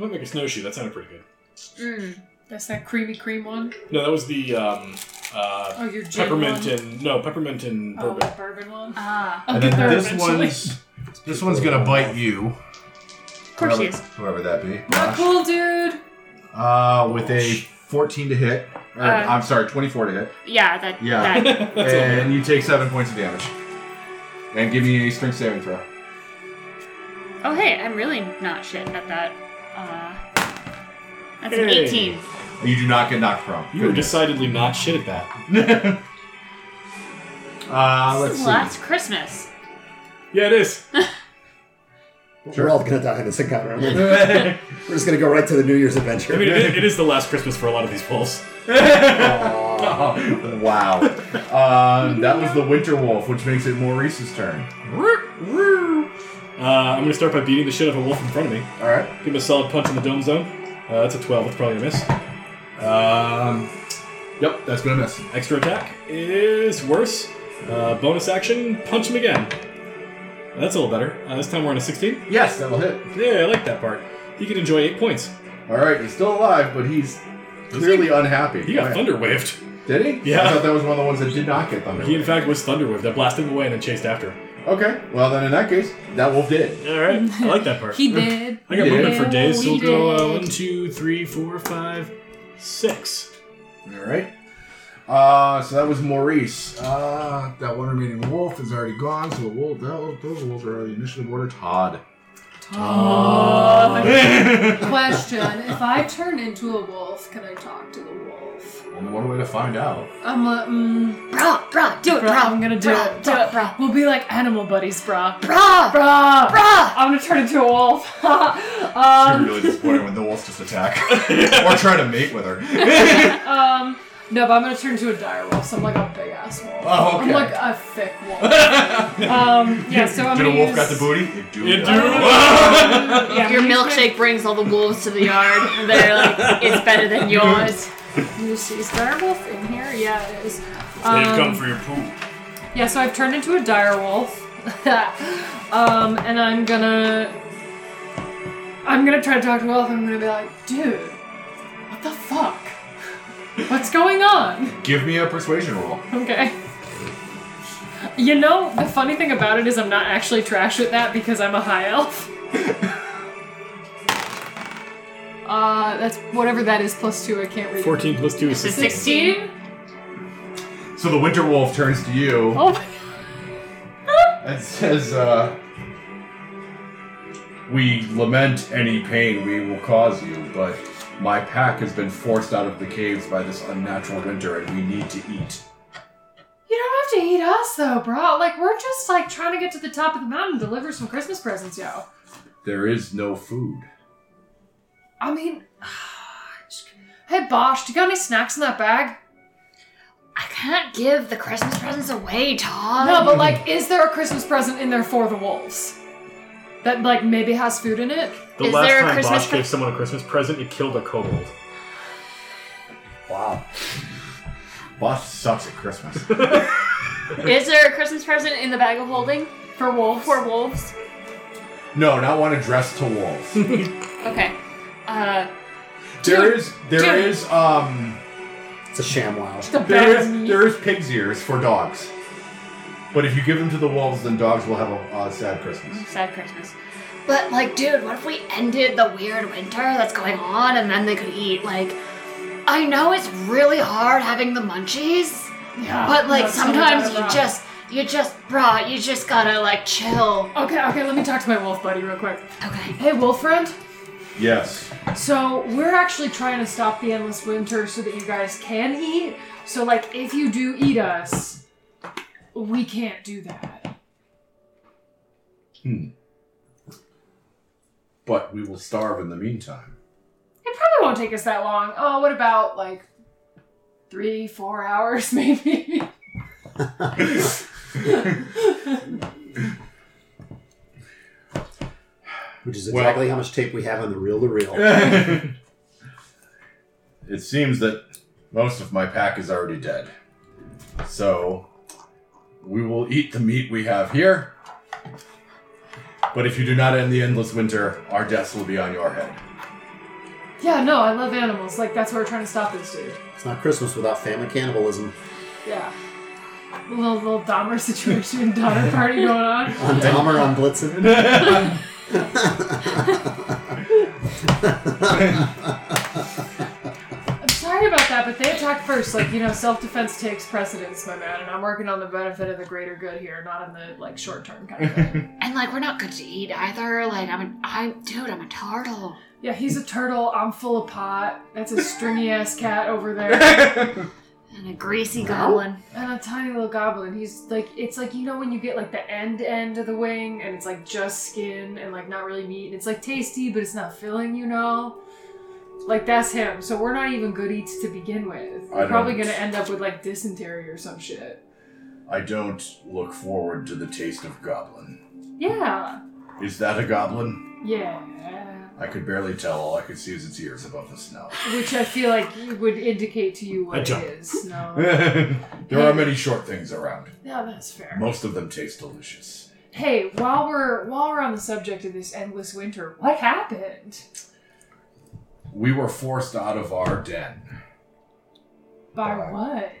S3: I'm gonna make a snowshoe. That sounded pretty good.
S2: Mm.
S4: [LAUGHS] That's that creamy cream one.
S3: No, that was the um, uh,
S4: Oh, your gin
S3: peppermint
S4: one.
S3: and no peppermint and
S4: Oh,
S3: bourbon. [LAUGHS]
S4: that bourbon one.
S2: Ah,
S4: I'll
S1: and
S4: get
S1: then
S4: there
S1: this
S4: eventually. [LAUGHS]
S1: one's this one's gonna bite you.
S2: of course
S1: whoever,
S2: he is.
S1: Whoever that be.
S4: Not cool, dude.
S1: Uh, with a 14 to hit. Or,
S2: Uh,
S1: I'm sorry, 24 to hit.
S2: Yeah, that.
S1: Yeah. [LAUGHS]
S2: that.
S3: That's all.
S1: and you take seven points of damage. And give me a strength saving throw.
S2: Oh, hey, I'm really not shit at that. Uh, that's an
S3: Hey.
S2: 18.
S1: You do not get knocked prone.
S3: You were
S1: Good.
S3: decidedly not shit at that.
S1: [LAUGHS] uh,
S2: This
S1: let's
S2: is
S1: see.
S2: last Christmas.
S3: Yeah, it is.
S5: We're all gonna die in this encounter. aren't we? We're
S1: [LAUGHS]
S5: just gonna go right to the New Year's adventure.
S3: I mean, it is, [LAUGHS] it is the last Christmas for a lot of these polls.
S5: Aw.
S1: [LAUGHS] wow. Um, that was the Winter Wolf, which makes it Maurice's turn.
S3: Uh, I'm gonna start by beating the shit out of a wolf in front of me.
S1: All right.
S3: Give him a solid punch in the dome zone. Uh, that's a 12. That's probably a miss. Um,
S1: Yep, that's gonna miss.
S3: extra attack is worse. Uh, bonus action, punch him again. That's a little better. Uh, this time we're on a 16.
S1: Yes, that'll hit.
S3: Yeah, I like that part. He could enjoy eight points.
S1: All right, he's still alive, but he's clearly unhappy.
S3: He got
S1: Wait,
S3: thunder waved.
S1: Did he?
S3: Yeah.
S1: I thought that was one of the ones that did not get thunder.
S3: He, in fact, was thunder waved. I blasted him away and then chased after him.
S1: Okay. Well, then in that case, that wolf did.
S3: All right, I like that part.
S4: He did.
S3: I got
S1: Yeah.
S3: movement for days, so
S4: Oh, We
S3: we'll go uh,
S4: did.
S3: one, two, three, four, five, six.
S1: All right. Uh, so that was Maurice. Uh, that one remaining wolf is already gone, so the wolf, that, those wolves are already initiative order. Todd.
S4: Todd. Question: If I turn into a wolf, can I talk to the wolf?
S1: Only one way to find out.
S4: I'm like, mm,
S2: Brah, brah, do it,
S4: bruh,
S2: brah.
S4: I'm gonna do
S2: brah,
S4: it.
S2: do it, brah.
S4: We'll be like animal buddies, brah.
S2: Brah,
S4: Brah.
S2: brah.
S4: I'm gonna turn into a wolf. [LAUGHS]
S1: You're
S4: um,
S1: really disappointed when the wolves just attack or try to mate with her.
S4: um, no, but I'm gonna turn into a dire wolf. So I'm like a big ass wolf.
S1: Oh, okay.
S4: I'm like a thick
S1: [LAUGHS]
S4: wolf. um, yeah. So I'm
S1: Did a
S4: gonna
S1: wolf
S4: use, Um,
S1: got the
S4: [LAUGHS]
S1: booty? You do.
S3: You
S4: Yeah, I'm
S2: Your
S4: gonna use my- [LAUGHS]
S2: milkshake brings all the wolves to the yard. and They're like, it's better than yours.
S4: You see, is dire wolf in here? Yeah, it is.
S3: They've come
S4: Um,
S3: for your poop.
S4: Yeah, so I've turned into a dire wolf. [LAUGHS] um, and I'm gonna. I'm gonna try to talk to Wolf and I'm gonna be like, dude, what the fuck? What's going on? [LAUGHS]
S1: Give me a persuasion roll.
S4: Okay. You know, the funny thing about it is I'm not actually trash at that because I'm a high elf. [LAUGHS] uh, that's whatever that is plus two, I can't read. it.
S3: 14 plus 2 is 16.
S4: 16?
S1: So the winter wolf turns to you
S4: Oh my
S1: and says, uh, "We lament any pain we will cause you, but my pack has been forced out of the caves by this unnatural winter, and we need to eat."
S4: You don't have to eat us though, bro. Like we're just like trying to get to the top of the mountain and deliver some Christmas presents, yo.
S1: There is no food.
S4: I mean, [SIGHS] just- hey Bosh, do you got any snacks in that bag?
S2: I can't give the Christmas presents away, Todd.
S4: No,
S1: Um.
S4: but like, is there a Christmas present in there for the wolves? That like maybe has food in it?
S3: The
S2: Is
S3: last
S2: there a
S3: time
S2: Christmas
S3: Bosch
S2: pre-
S3: gave someone a Christmas present, it killed a kobold.
S5: Wow.
S1: Boss sucks at Christmas.
S2: Is there a Christmas present in the bag of holding
S4: For wolves?
S2: for wolves?
S1: no, not one addressed to wolves.
S2: Okay. Uh,
S1: There is there
S4: dude.
S1: is um
S5: It's a sham wow.
S4: the bag
S1: there
S4: of
S1: is
S4: meat.
S1: there is pig's ears for dogs. But if you give them to the wolves, then dogs will have a uh, sad Christmas.
S2: sad Christmas. But like, dude, what if we ended the weird winter that's going on, and then they could eat? Like, I know it's really hard having the munchies,
S4: Yeah,
S2: but like
S4: that's
S2: sometimes
S4: something
S2: you
S4: about-
S2: just you just bro, you just gotta like chill.
S4: Okay, okay, let me talk to my wolf buddy real quick.
S2: Okay.
S4: Hey, wolf friend.
S1: Yes.
S4: So we're actually trying to stop the endless winter so that you guys can eat. So like, if you do eat us, we can't do that.
S1: But we will starve in the meantime.
S4: It probably won't take us that long. Oh, what about like three, four [LAUGHS] hours maybe?
S5: Which is
S1: Well-
S5: exactly how much tape we have on the reel to reel.
S1: it seems that most of my pack is already dead. So we will eat the meat we have here. But if you do not end the endless winter, our deaths will be on your head.
S4: yeah, no, I love animals. Like that's why we're trying to stop this dude.
S5: It's not Christmas without family cannibalism.
S4: Yeah. Little little Dahmer situation, [LAUGHS] Dahmer party going on.
S5: On Dahmer, on Blitzen.
S4: I'm sorry about that, but they attacked first. Like, you know, self defense takes precedence, my man, and I'm working on the benefit of the greater good here, not in the like short term kind of thing.
S2: And like, we're not good to eat either. Like, I'm an I'm dude, I'm a turtle.
S4: yeah, he's a turtle, I'm full of pot. That's a stringy ass cat
S1: [LAUGHS]
S4: over there.
S2: And a greasy goblin.
S4: And a tiny little goblin. He's like it's like you know when you get like the end end of the wing and it's like just skin and like not really meat and it's like tasty but it's not filling, you know? Like that's him. So we're not even good eats to begin with.
S1: I
S4: We're probably
S1: don't-
S4: gonna end up with like dysentery or some shit.
S1: I don't look forward to the taste of goblin.
S4: Yeah.
S1: Is that a goblin?
S4: Yeah.
S1: I could barely tell. All I could see is its ears above the snow.
S4: Which I feel like would indicate to you
S3: A
S4: what it
S3: jump.
S4: is.
S1: [LAUGHS]
S4: No.
S1: there are many short things around.
S4: Yeah, that's fair.
S1: Most of them taste delicious.
S4: Hey, while we're while we're on the subject of this endless winter, what happened?
S1: We were forced out of our den.
S4: By
S1: Bye.
S4: what?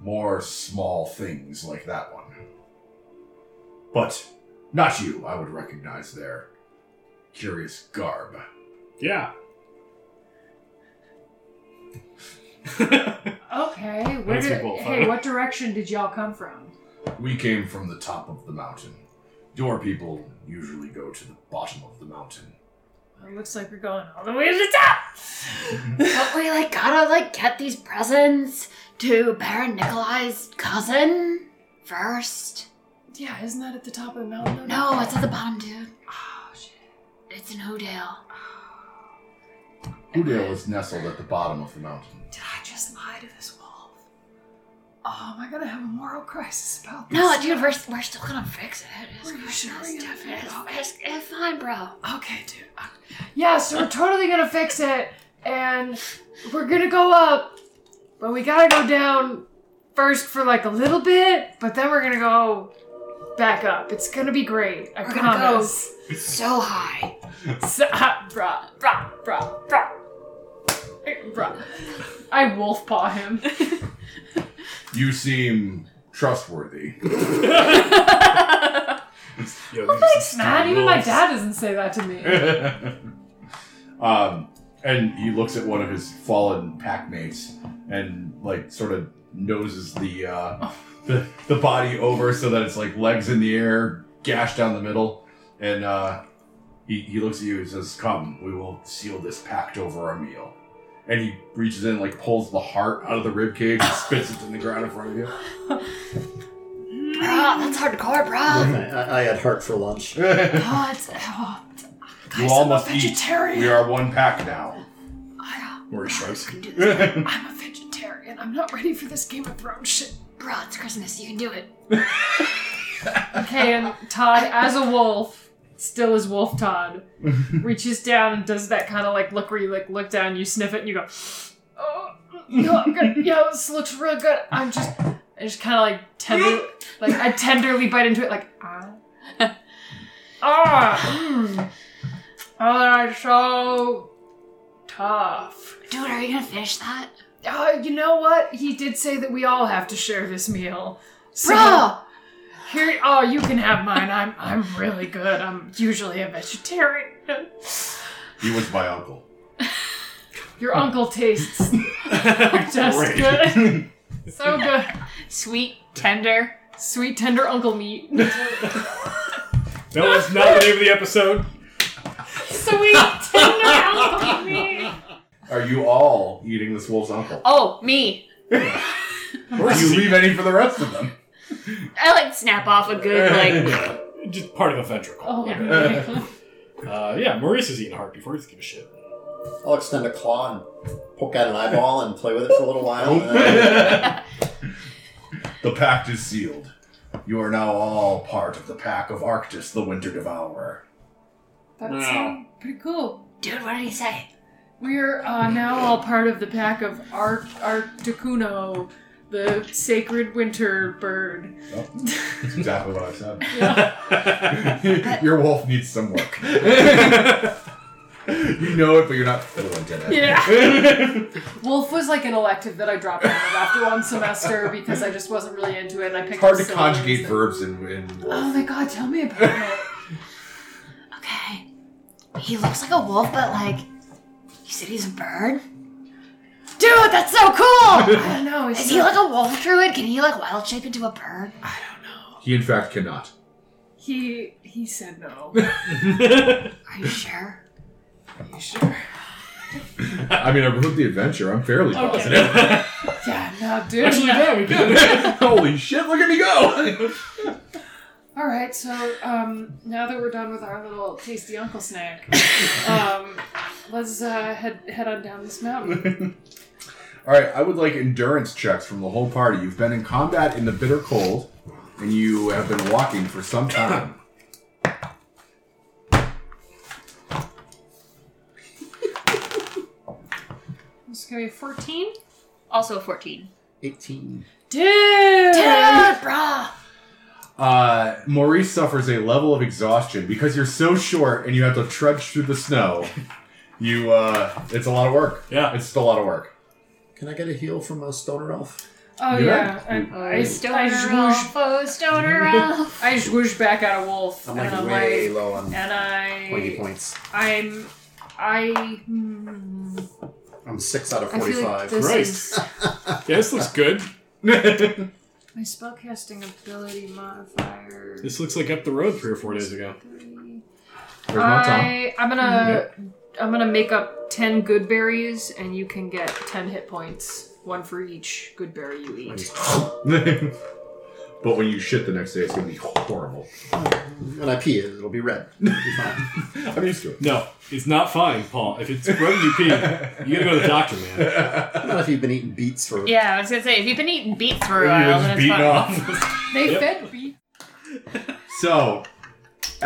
S1: more small things like that one. But not you, I would recognize their curious garb.
S3: Yeah.
S4: Okay, where
S3: That's
S4: did,
S3: a cool
S4: hey,
S3: photo.
S4: what direction did y'all come from?
S1: We came from the top of the mountain. Your people usually go to the bottom of the mountain.
S4: Well, it looks like we're going all the way to the top.
S2: But we like gotta like get these presents to Baron Nikolai's cousin first.
S4: Yeah, isn't that at the top of the mountain?
S2: No, it's at the bottom, dude.
S4: Oh shit.
S2: It's in Hoedale.
S1: Udale is nestled at the bottom of the mountain.
S4: Did I just lie to this wolf? Oh, am I gonna have a moral crisis about this?
S2: No, dude, we're, we're still gonna fix it. It's,
S4: We're
S2: fine,
S4: sure
S2: it's,
S4: gonna
S2: different.
S4: fix
S2: it's, it's, it's fine, bro.
S4: Okay, dude. Yeah, so we're totally gonna fix it, and we're gonna go up, but we gotta go down first for like a little bit, but then we're gonna go back up. It's gonna ah, be great. I
S2: We're gonna go.
S4: promise.
S2: It's so high.
S4: [LAUGHS] So, bruh, bruh, bruh, bruh. Bruh. I wolf paw him.
S1: You seem trustworthy. [LAUGHS]
S3: Yo, these are
S4: Well, [LAUGHS] Oh, thanks,
S3: some
S4: man. Even my
S3: wolves.
S4: dad doesn't say that to me.
S1: [LAUGHS] um, and he looks at one of his fallen pack mates and like sort of noses the,
S4: [LAUGHS]
S1: uh, the the body over so that it's like legs in the air, gash down the middle, and uh, he he looks at you and says, "Come, we will seal this pact over our meal." And he reaches in, like pulls the heart out of the rib cage and spits it in the ground in front of
S4: [GASPS]
S1: you.
S2: Bro, that's hardcore,
S5: I,
S2: bro.
S5: I had heart for lunch.
S4: Oh, it's, oh,
S1: you
S4: Guys,
S1: all
S4: I'm a
S1: must eat.
S4: vegetarian.
S1: We are one pack
S4: [LAUGHS]
S1: now.
S4: I,
S3: Maury shrugs.
S2: You can do [LAUGHS] this.
S4: uh, I'm a vegetarian. I'm not ready for this Game of Thrones shit.
S2: Bro, it's Christmas. You can do it.
S4: Okay, and Todd, as a wolf, still is Wolf Todd, reaches down and does that kind of like look where you like look down, you sniff it, and you go, "Oh, no, I'm gonna, [LAUGHS] yeah, this looks real good." I'm just, I just kind of like tender, like I tenderly bite into it, like ah, ah, mm. oh, that's so tough.
S2: Dude, are you gonna finish that?
S4: Uh, you know what? He did say that we all have to share this meal. So-
S2: Bro!
S4: here, oh, you can have mine. I'm, I'm really good. I'm usually a vegetarian.
S1: He was my uncle.
S4: Your
S3: [LAUGHS]
S4: uncle tastes just
S3: Great.
S4: good,
S3: [LAUGHS]
S4: so good.
S2: Sweet, tender.
S4: Sweet tender
S3: [LAUGHS]
S4: uncle meat.
S3: That was not the name of the episode.
S4: Sweet tender uncle meat.
S1: Are you all eating this wolf's
S2: [LAUGHS]
S1: uncle?
S2: Oh, me.
S1: Or do you leave any for the rest of [LAUGHS] them?
S2: I like to snap off a good, like,
S3: Yeah, [LAUGHS] just part of a ventricle.
S4: Oh,
S3: yeah.
S4: okay.
S3: Uh, yeah, Maurice has eaten heart before. He doesn't give a shit.
S5: I'll extend a claw and poke at an eyeball and play with it for a little while.
S1: Oh.
S5: and then-
S1: [LAUGHS] the pact is sealed. You are now all part of the pack of Arctis, the Winter Devourer.
S4: that
S3: Wow.
S4: sounds pretty cool.
S2: dude, what did he say?
S4: We're uh, now all part of the pack of Art Articuno, the sacred winter bird.
S1: Well, that's exactly what I
S4: Yeah.
S1: said. [LAUGHS] Your wolf needs some [LAUGHS] work. you know it, but you're not fluent in it.
S4: Yeah. Wolf was like an elective that I dropped out of after one semester because I just wasn't really into it. And I picked
S1: It's hard to
S4: up syllables
S1: conjugate
S4: that-
S1: verbs in, in
S4: Oh
S1: wolf.
S4: my god, tell me about it.
S2: Okay. He looks like a wolf, but like, you said he's a bird? Dude, that's so cool!
S4: I don't know. It's
S2: Is he like a wolf druid? Can he like wild shape into a bird?
S1: He, in fact, cannot.
S4: he he said no.
S2: Are you sure?
S4: sure?
S1: I mean, I wrote the adventure. I'm fairly positive.
S4: Yeah, no, dude.
S3: Actually,
S4: no.
S3: yeah,
S1: [LAUGHS]
S3: we did.
S1: Holy shit, look at me go!
S4: All right, so um, now that we're done with our little tasty uncle snack, um, let's uh, head head on down this mountain.
S1: All right, I would like endurance checks from the whole party. You've been in combat in the bitter cold, and you have been walking for some
S5: [COUGHS]
S1: time.
S4: This is gonna be fourteen.
S2: Also a 14.
S5: 18.
S4: Dude. Oh,
S2: Dude, bruh!
S1: Uh, Maurice suffers a level of exhaustion because you're so short and you have to trudge through the snow.
S5: [LAUGHS]
S1: You, uh, it's a lot of work.
S3: Yeah.
S1: It's a lot of work.
S5: Can I get a heal from a stoner elf?
S4: Oh
S1: You're
S4: yeah,
S1: right.
S4: I, I, I
S2: Stoner
S4: swoosh
S2: elf, oh, stoner [LAUGHS] elf.
S4: I swoosh back at a wolf,
S5: I'm
S4: and
S5: like
S4: I'm
S5: way
S4: like,
S5: low on
S4: and
S5: 20
S4: I,
S5: points.
S4: I'm, I, hmm,
S5: I'm 6 out of
S4: I feel like
S5: 45.
S4: this
S3: Christ.
S4: is
S3: Yeah, this looks good. this
S4: [LAUGHS] my spellcasting ability modifier.
S3: looks like up the road three or four days ago.
S4: three.
S1: There's no time.
S4: I, I'm gonna, I'm gonna make up ten good berries, and you can get ten hit points, one for each good berry you eat.
S1: [LAUGHS] but when you shit the next day, it's gonna be horrible.
S5: when I pee, it, it'll be [LAUGHS] red. It'll be fine.
S1: I'm used to it.
S3: No, it's not fine, Paul. If it's rubbing you pee, you gotta go to the doctor, man.
S5: Not if you've been eating beets for
S2: Yeah, I was gonna say, if you've been eating beets for a
S1: You're
S2: while,
S1: just
S2: then it's
S1: beaten
S2: fine.
S1: off. [LAUGHS]
S4: They
S3: Yep.
S4: fed me.
S1: so,
S5: So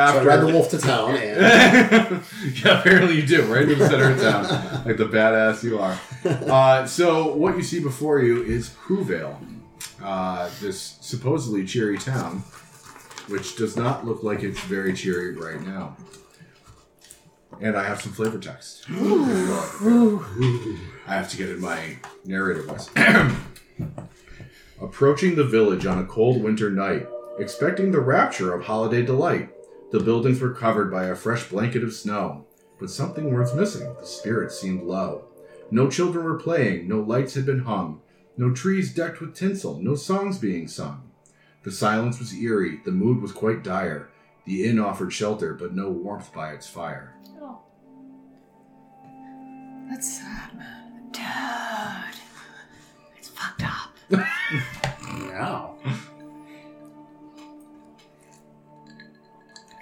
S5: I
S1: after
S5: ride the wolf to town, and [LAUGHS]
S1: [LAUGHS] yeah, apparently you do, right in the center of town, like the badass you are. Uh, so what you see before you is Whovale, uh, this supposedly cheery town, which does not look like it's very cheery right now. And I have some flavor text. I have to get in my narrator voice. [CLEARS THROAT] Approaching the village on a cold winter night, expecting the rapture of holiday delight, the buildings were covered by a fresh blanket of snow, but something was missing. The spirits seemed low. No children were playing, no lights had been hung, no trees decked with tinsel, no songs being sung. The silence was eerie, the mood was quite dire. The inn offered shelter, but no warmth by its fire.
S4: Oh. That's sad, man. Dad.
S2: It's fucked up.
S5: Meow.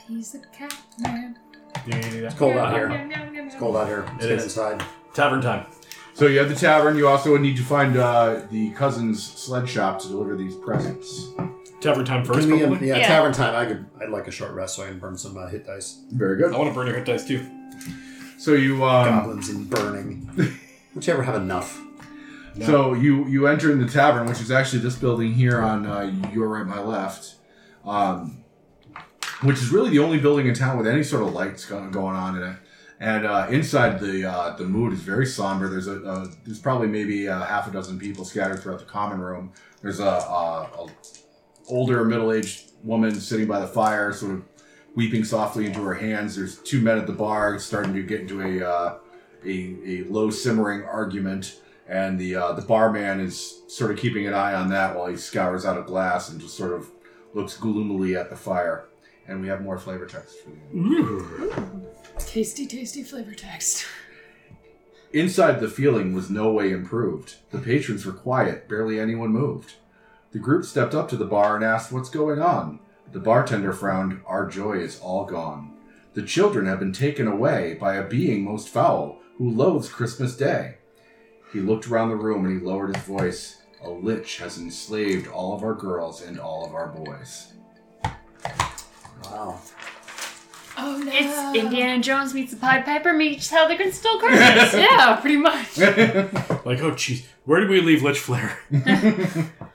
S4: He's a cat man.
S3: Do you need any of that?
S5: Cold out here.
S4: It's
S5: Cold out here. Let's
S3: It
S5: get
S3: is.
S5: inside.
S3: Tavern time.
S1: So you have the tavern. You also need to find uh, the cousin's sled shop to deliver these presents.
S3: Tavern time first.
S5: Can we, um,
S3: probably.
S5: yeah,
S2: Yeah.
S5: tavern time. I could. I'd like a short rest so I can burn some uh, hit dice.
S1: Very
S3: I
S1: good.
S3: want to burn your hit dice too.
S1: So you um,
S5: Goblins and [LAUGHS] burning. Don't you ever have enough?
S3: No.
S1: so you you enter in the tavern, which is actually this building here on uh, your right, my left, um, which is really the only building in town with any sort of lights go- going on in it. And uh, inside the uh, the mood is very somber. There's a, a there's probably maybe a half a dozen people scattered throughout the common room. There's a, a, a older middle aged woman sitting by the fire, sort of weeping softly into her hands. There's two men at the bar starting to get into a uh, a, a low simmering argument, and the uh, the barman is sort of keeping an eye on that while he scours out a glass and just sort of looks gloomily at the fire. And we have more flavor text for you.
S4: Tasty, tasty flavor text.
S1: Inside, the feeling was no way improved. The patrons were quiet, barely anyone moved. The group stepped up to the bar and asked, What's going on? The bartender frowned, Our joy is all gone. The children have been taken away by a being most foul, who loathes Christmas Day. He looked around the room and he lowered his voice. A lich has enslaved all of our girls and all of our boys.
S5: Wow.
S4: Oh no.
S2: It's Indiana Jones meets the Pied Piper meets how they can steal [LAUGHS] Christmas.
S4: [LAUGHS] Yeah, pretty much.
S3: Like, oh jeez, where did we leave Lich Flair?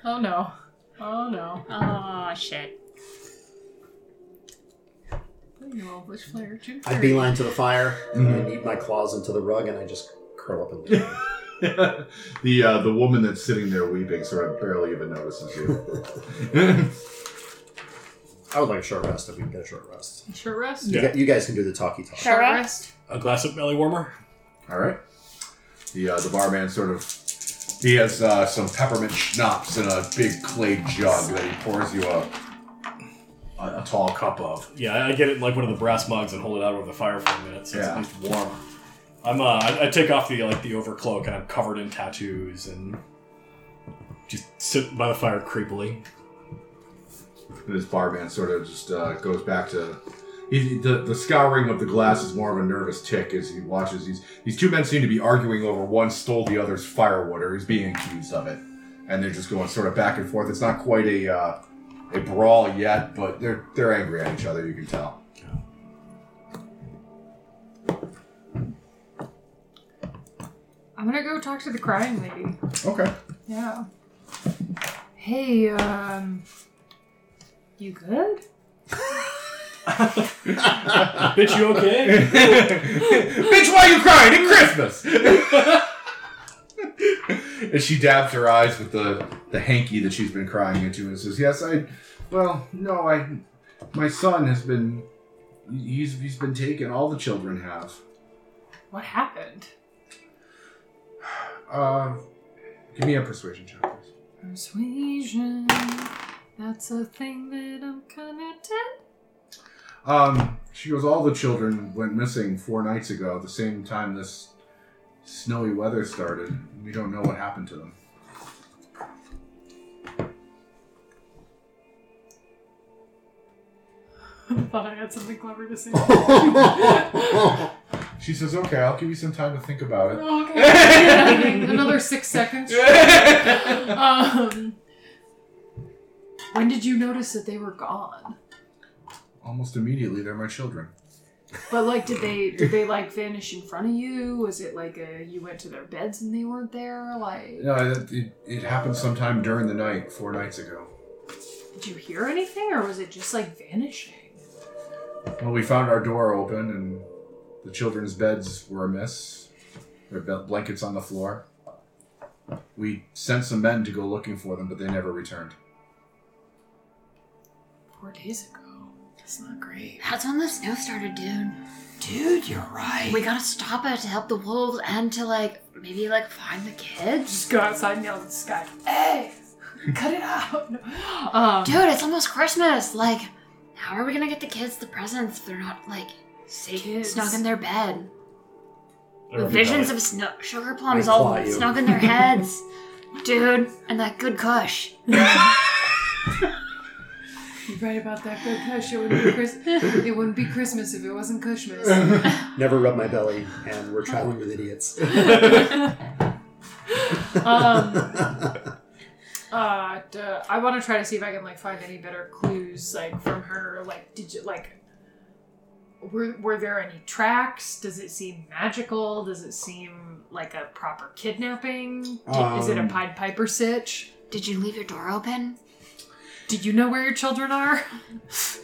S4: Oh no. Oh no.
S2: oh shit.
S4: You old witch player, Jim.
S5: I
S4: Carrey.
S5: beeline to the fire. I eat my claws into the rug, and I just curl up and [LAUGHS] leave.
S1: [LAUGHS] the uh, the woman that's sitting there weeping sort of barely even notices you.
S5: I would like a short rest if we can get a short rest.
S4: Short rest.
S3: Yeah.
S5: You, gu- you guys can do the talkie talk.
S2: Short rest?
S3: A glass of belly warmer.
S1: All right. The uh, the barman sort of he has uh, some peppermint schnapps in a big clay jug that he pours you a a, a tall cup of.
S3: Yeah, I- I get it in like one of the brass mugs and hold it out over the fire for a minute, so
S1: Yeah.
S3: it's at least warm. I'm uh, I, I take off the like the overcloak and I'm covered in tattoos and just sit by the fire creepily.
S1: And this barman sort of just uh, goes back to he, the the scouring of the glass is more of a nervous tick as he watches these these two men seem to be arguing over one stole the other's firewood or is being accused of it, and they're just going sort of back and forth. It's not quite a uh, a brawl yet, but they're they're angry at each other. You can tell.
S4: I'm gonna go talk to the crying lady.
S1: Okay.
S4: Yeah. Hey, um, you good?
S3: Bitch, you okay?
S1: [LAUGHS] Bitch, why you crying at Christmas? [LAUGHS] and she dabs her eyes with the, the hanky that she's been crying into and says, Yes, I. Well, no, I. My son has been. He's, he's been taken. All the children have.
S4: What happened?
S1: Uh, give me a persuasion check, please.
S4: Persuasion. That's a thing that I'm gonna do.
S1: Um, she goes, All the children went missing four nights ago, the same time this snowy weather started. We don't know what happened to them.
S4: [LAUGHS] I thought I had something clever to say.
S1: She says, Okay, I'll give you some time to think about it.
S4: okay. [LAUGHS] Another six seconds. um, when did you notice that they were gone?
S1: Almost immediately, they're my children.
S4: But like, did they did they like vanish in front of you? Was it like a you went to their beds and they weren't there? Like,
S1: No, it, it, it happened sometime during the night, four nights ago.
S4: did you hear anything, or was it just like vanishing?
S1: Well, we found our door open, and the children's beds were amiss. Their bel- blankets on the floor. We sent some men to go looking for them, but they never returned.
S4: Four days ago. That's not great.
S2: That's when the snow started, dude.
S4: Dude, you're right.
S2: We gotta stop it to help the wolves and to like maybe like find the kids.
S4: just go outside and yell at the sky. Hey, cut it out. [LAUGHS] No. Um,
S2: Dude, it's almost Christmas. Like, how are we gonna get the kids the presents if they're not like safe,
S4: Kids.
S2: snug in their bed?
S3: I rub your
S2: Visions
S3: belly.
S2: of snow- sugar plums
S5: I
S2: all
S5: claw you.
S2: snug
S5: [LAUGHS]
S2: in their heads, dude, and that good kush.
S4: You're right about that, but Kush, it wouldn't be Chris- it wouldn't be Christmas if it wasn't Cushmas.
S5: Never rub my belly, and we're traveling with idiots. [LAUGHS]
S4: Um, uh, d- I want to try to see if I can like find any better clues like from her. Like, did you like? Were were there any tracks? Does it seem magical? Does it seem like a proper kidnapping? Did, is it a
S5: Um,
S4: Pied Piper sitch?
S2: Did you leave your door open?
S4: Do you know where your children are?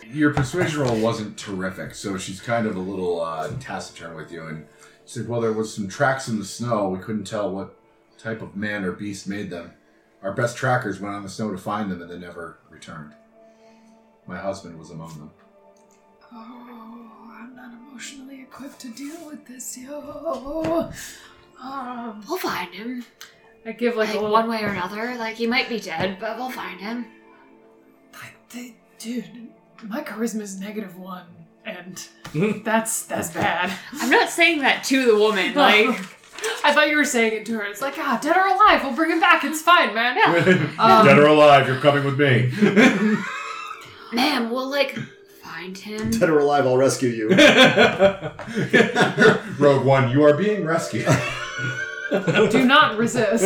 S1: Your persuasion roll wasn't terrific, so she's kind of a little uh, taciturn with you. And she said, "Well, there was some tracks in the snow. We couldn't tell what type of man or beast made them. Our best trackers went on the snow to find them, and they never returned. My husband was among them." [LAUGHS]
S4: Oh, I'm not emotionally equipped to deal with this, yo. Um,
S2: We'll find him.
S4: I give like,
S2: Like,
S4: a little.
S2: one way or another. Like he might be dead, but we'll find him.
S4: But they, dude, my charisma's negative one, and
S3: Mhm.
S4: that's that's bad.
S2: I'm not saying that to the [LAUGHS] woman.
S4: Like,
S2: Like
S4: [LAUGHS] I thought you were saying it to her. It's like, ah, dead or alive, we'll bring him back. It's fine,
S1: [LAUGHS]
S4: man. Yeah. Um,
S1: Dead or alive, you're coming with [LAUGHS] me.
S2: ma'am, we'll like find him.
S5: Dead or alive, I'll rescue you.
S1: Rogue One, you are being [LAUGHS] rescued.
S4: Do not resist.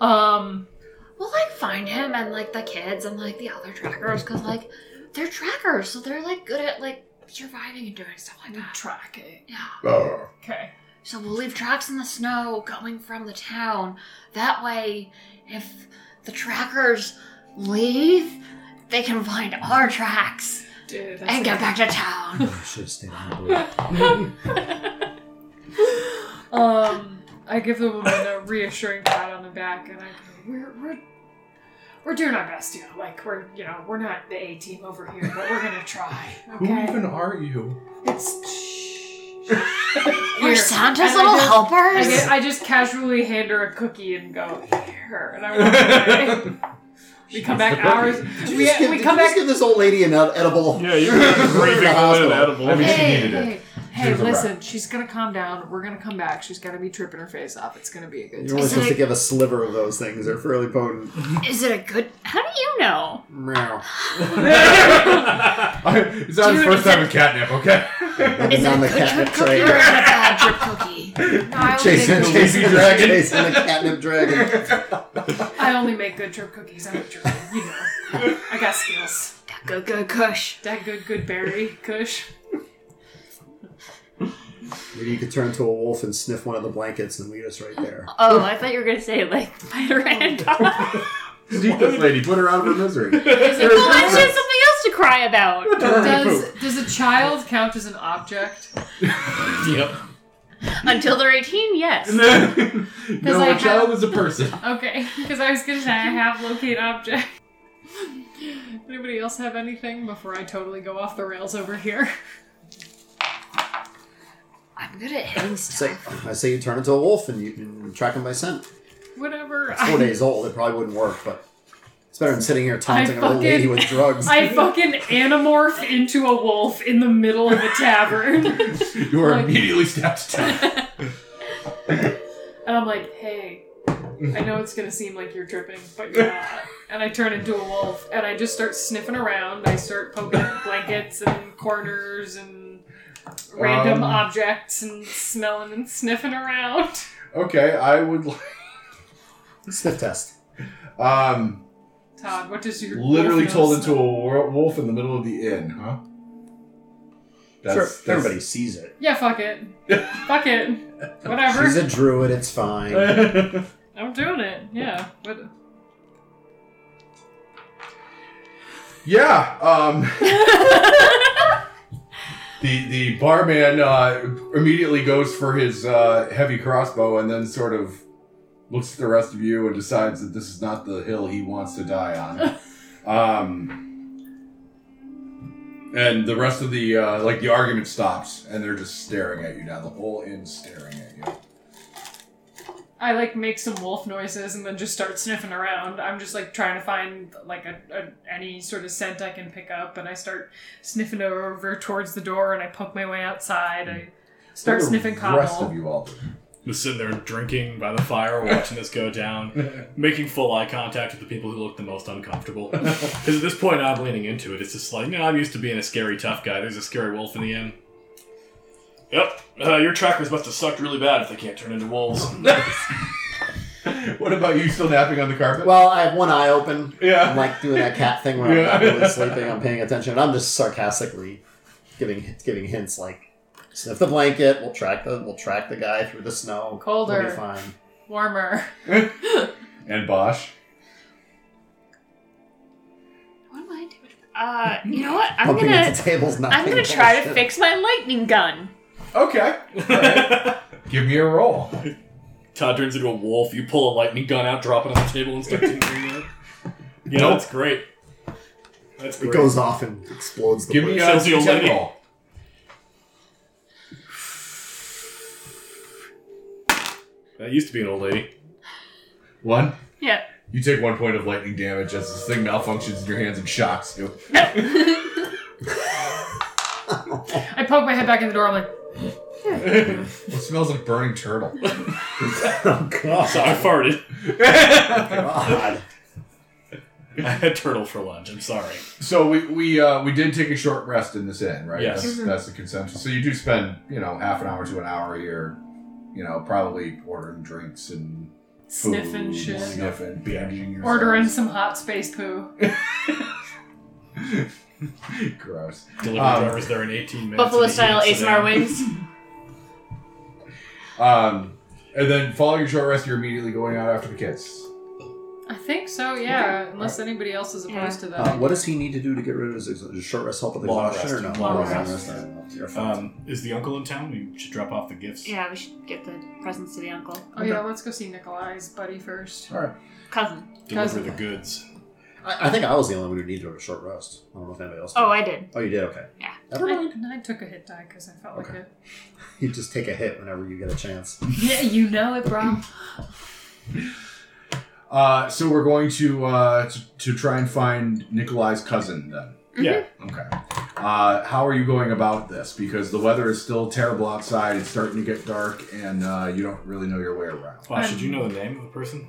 S4: Um,
S2: We'll like find him and like the kids and like the other trackers because like they're trackers, so they're like good at like surviving and doing stuff like that.
S4: tracking.
S2: Yeah.
S1: Oh.
S4: Okay.
S2: So we'll leave tracks in the snow going from the town. That way, if the trackers leave, they can find our tracks
S4: Dude, that's
S2: and get back to
S4: [LAUGHS]
S2: town.
S5: I should have stayed on the boat.
S4: [LAUGHS] Um, I give the woman a reassuring pat on the back, and I go, "We're we're we're doing our best, you know. Like we're you know we're not the A team over here, but we're gonna try.
S1: Who
S4: Okay,
S1: even are you?
S4: it's
S2: We're
S4: Here.
S2: Santa's
S4: And I
S2: little
S4: just- I,
S2: helpers.
S4: get, I just casually hand her a cookie and go here, and I
S5: [LAUGHS]
S4: walk away. We come back hours.
S5: Did you
S4: We,
S5: just give,
S4: we
S5: did
S4: come
S5: you just
S4: back.
S5: give this old lady an ed- edible.
S3: Yeah, you're raving away an edible.
S1: I mean, she
S2: Hey,
S1: needed it.
S4: hey,
S1: She
S4: hey,
S1: was a
S4: listen, she's gonna calm down. We're gonna come back. She's gonna be tripping her face off. It's gonna be a good
S5: You're
S4: time.
S5: only
S2: It's
S5: supposed to
S2: like-
S5: give a sliver of those things. They're fairly potent.
S2: Is it a good? How do you know?
S5: Meow.
S1: it's not his
S2: Dude,
S1: first
S2: is
S1: time in catnip, okay?
S2: Is
S5: And
S2: it
S5: on the
S2: a good trip
S5: catnip
S2: cookie or is it a
S5: train.
S2: bad trip cookie?
S4: [LAUGHS] No, I only
S5: Jason,
S1: The
S4: make-
S5: Jason,
S1: leafy dragon.
S5: Jason, the catnip dragon.
S4: I only make good trip cookies. I'm a jerk, you know. I got skills.
S2: That Go go kush.
S4: That good, good berry, Kush.
S5: Maybe you could turn into a wolf and sniff one of the blankets and lead us right there.
S2: Oh, I thought you were gonna say like [LAUGHS] spider and
S1: Steve, this lady, put her out of her
S4: [LAUGHS]
S1: misery. [LAUGHS]
S2: Well, "Oh, I just have something else to cry about. [LAUGHS]
S4: Does does a child count as an object?
S3: yep.
S2: Until they're 18, yes.
S1: no,
S4: I
S1: a child
S4: have-
S1: is a person.
S4: Okay, [LAUGHS] because I was gonna say I have locate object. [LAUGHS] Anybody else have anything before I totally go off the rails over here? [LAUGHS]
S2: I'm good at hitting
S5: Say,
S2: stuff.
S5: I say you turn into a wolf and you can track him by scent.
S4: Whatever.
S5: Four
S4: [LAUGHS] I,
S5: days old, it probably wouldn't work, but it's better than sitting here taunting
S4: I
S5: an old lady
S4: fucking-
S5: with drugs.
S4: I fucking animorph into a wolf in the middle of a tavern, [LAUGHS] and
S1: You are immediately stabbed to death.
S4: I'm like, "Hey, I know it's gonna seem like you're dripping, but you're not." And I turn into a wolf, and I just start sniffing around. I start poking at blankets and corners and random
S1: Um.
S4: objects, and smelling and sniffing around.
S1: Okay, I would like.
S5: Sniff test.
S1: Um,
S4: Todd, what does your
S1: literally
S4: wolf
S1: told
S4: nose
S1: into a wor- wolf in the middle of the inn, huh?
S5: sure, everybody sees it.
S4: Yeah,
S1: [LAUGHS]
S4: fuck it. fuck it. Whatever.
S5: She's a druid, it's fine.
S1: [LAUGHS]
S4: I'm doing it. Yeah. But
S1: Yeah. Um, [LAUGHS] the the barman uh, immediately goes for his uh, heavy crossbow and then sort of looks at the rest of you and decides that this is not the hill he wants to die on.
S4: [LAUGHS]
S1: um, and the rest of the uh, like the argument stops and they're just staring at you now. The whole inn's staring at you.
S4: I like make some wolf noises and then just start sniffing around. I'm just like trying to find like a, a any sort of scent I can pick up, and I start sniffing over towards the door, and I poke my way outside. I start
S1: What do
S4: sniffing
S1: The rest
S4: cobble.
S1: of you all. do?
S3: was sitting there drinking by the fire, watching this go
S5: [LAUGHS]
S3: down, making full eye contact with the people who looked the most uncomfortable. Because at this point, I'm leaning into it. It's just like, no, I'm used to being a scary tough guy. There's a scary wolf in the inn. Yep, uh, your trackers must have sucked really bad if they can't turn into
S5: [LAUGHS]
S3: wolves.
S1: [LAUGHS] What about you still napping on the carpet?
S5: Well, I have one eye open.
S1: Yeah.
S5: I'm like doing that cat thing where I'm not
S1: Yeah.
S5: really sleeping. I'm paying attention. And I'm just sarcastically giving giving hints like sniff the blanket. We'll track the we'll track the guy through the snow.
S4: Colder.
S5: We'll be fine.
S4: Warmer.
S1: and Bosch.
S2: What am I doing? Uh, you know what? I'm
S5: Bumping
S2: gonna
S5: into tables. Not
S2: I'm
S5: paying
S2: gonna try to
S5: attention.
S2: fix my lightning gun.
S1: Okay. All right. Give me a roll.
S3: Todd turns into a wolf. You pull a lightning gun out, drop it on the table, and start tinkering with it. Yeah, that's great. That's
S5: It
S3: great.
S5: goes off and explodes. The
S1: Give me a
S3: Sounds like a
S1: D10
S3: lady.
S1: roll.
S3: That used to be an old lady.
S1: One.
S2: Yeah.
S1: You take one point of lightning damage as this thing malfunctions in your hands and shocks you.
S4: I poke my head back in the door. I'm like,
S1: It smells like burning
S3: [LAUGHS]
S1: turtle.
S5: [LAUGHS] oh
S3: So I
S5: god.
S3: farted. [LAUGHS]
S5: Oh, god.
S3: I had turtle for lunch. I'm sorry.
S1: So we we uh, we did take a short rest in this inn, right?
S3: Yes.
S1: That's,
S4: Mm-hmm.
S1: that's the consensus. So you do spend you know half an hour to an hour here, you know probably ordering drinks and food,
S4: sniffing shit.
S1: sniffing, bandaging yourself.
S4: Ordering some hot space poo.
S1: [LAUGHS] Gross.
S3: Delivery
S1: Um,
S3: driver's there in 18 minutes.
S2: Buffalo
S3: and he
S2: style
S3: eats it
S2: ASMR
S3: in.
S2: wings.
S1: Um, and then following your short rest, you're immediately going out after the kids.
S4: I think so, yeah. Unless anybody else is opposed to
S5: Uh,
S4: that.
S5: what does he need to do to get rid of his ex- does short rest help with
S3: Long
S5: exhaustion or no?
S3: rest.
S4: Long
S5: Long
S4: rest.
S5: rest. I don't know. You're fucked.
S3: Um, is the uncle in town? We should drop off the gifts.
S2: Yeah, we should get the presents to the uncle.
S4: oh yeah, let's go see Nikolai's buddy first.
S5: All right.
S2: Cousin.
S3: Deliver
S4: Guys-
S3: the goods.
S5: I, I think I was the only one who needed a short rest. I don't know if anybody else.
S2: Oh,
S5: did.
S2: I did.
S5: oh, you did. Okay.
S2: Yeah.
S5: Everybody,
S4: And I took a hit die because I felt
S5: Okay.
S4: like it.
S5: you just take a hit whenever you get a chance.
S4: Yeah, you know it, bro.
S1: Uh, so we're going to, uh, to to try and find Nikolai's cousin then.
S3: Yeah.
S1: Okay. Uh, how are you going about this? Because the weather is still terrible outside. It's starting to get dark, and uh, you don't really know your way around.
S3: Wow, should
S2: Um,
S3: you know the name of the person?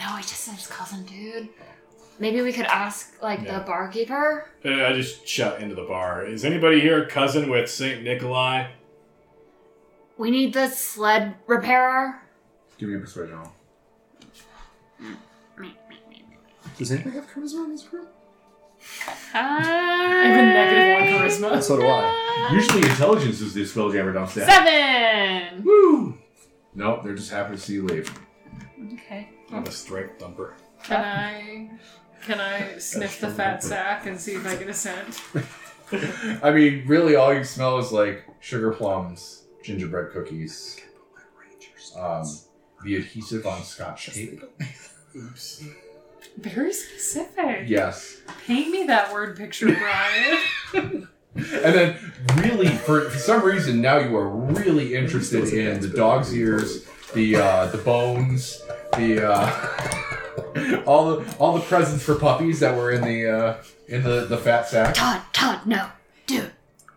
S2: No, I just said his cousin, dude. Maybe we could ask like
S3: Yeah.
S2: the barkeeper.
S3: Uh, I just shout into the bar. Is anybody here a cousin with St. Nikolai?
S2: We need the sled repairer.
S1: Give me a persuasion roll.
S5: Does anybody have charisma in this room?
S2: [LAUGHS]
S4: I have a negative one charisma.
S5: So do I.
S1: Usually, intelligence is the spelljammer dump stat.
S2: Seven.
S1: Woo! Nope, they're just happy to see you leave. [LAUGHS]
S2: Okay.
S3: I'm a strength dumper.
S4: Can I can I sniff the fat sack and see if I get a scent?
S1: I mean, really, all you smell is like sugar plums, gingerbread cookies, um, the adhesive on scotch tape.
S3: Oops.
S4: Very specific.
S1: Yes.
S4: Paint me that word picture, Brian.
S1: And then, really, for, for some reason, now you are really interested in the dog's ears, the uh, the bones, the uh, [LAUGHS] all the all the presents for puppies that were in the uh, in the, the fat sack.
S2: Todd, Todd, no, dude,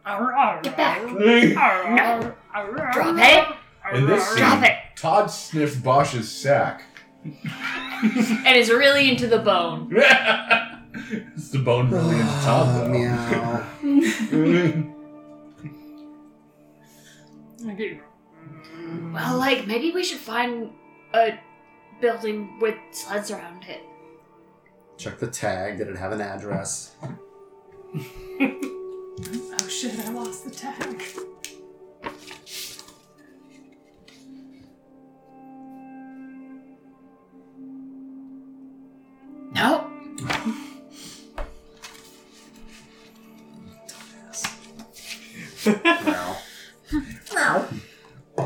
S4: Arr, arr,
S2: Get back.
S1: and
S4: arr,
S2: No.
S4: arr, arr,
S2: drop it.
S4: arr,
S1: this
S4: arr.
S2: Stop
S1: scene,
S2: it.
S1: Todd sniffs Bosch's sack. [LAUGHS]
S2: And is really into the bone.
S1: it's the bone really into
S2: [SIGHS]
S1: Todd though.
S5: meow.
S4: I do.
S2: Well, like maybe we should find a building with sleds around it.
S5: Check the tag. Did it have an address?
S4: Oh shit, I lost the tag.
S2: No.
S5: Meow. Meow.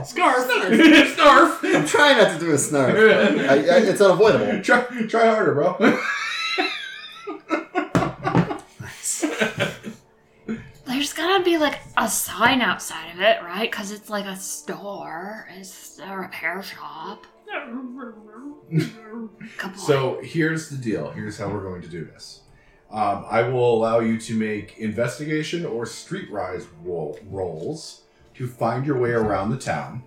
S3: Scarf!
S1: Snarf.
S5: I'm trying not to do a snarf. I, I, it's
S1: [LAUGHS]
S5: unavoidable.
S1: try try harder, bro.
S2: There's gotta be like a sign outside of it, right? Because it's like a store. It's a repair shop. Come on.
S1: So here's the deal. Here's how we're going to do this. Um, I will allow you to make investigation or streetwise roll, rolls to find your way around the town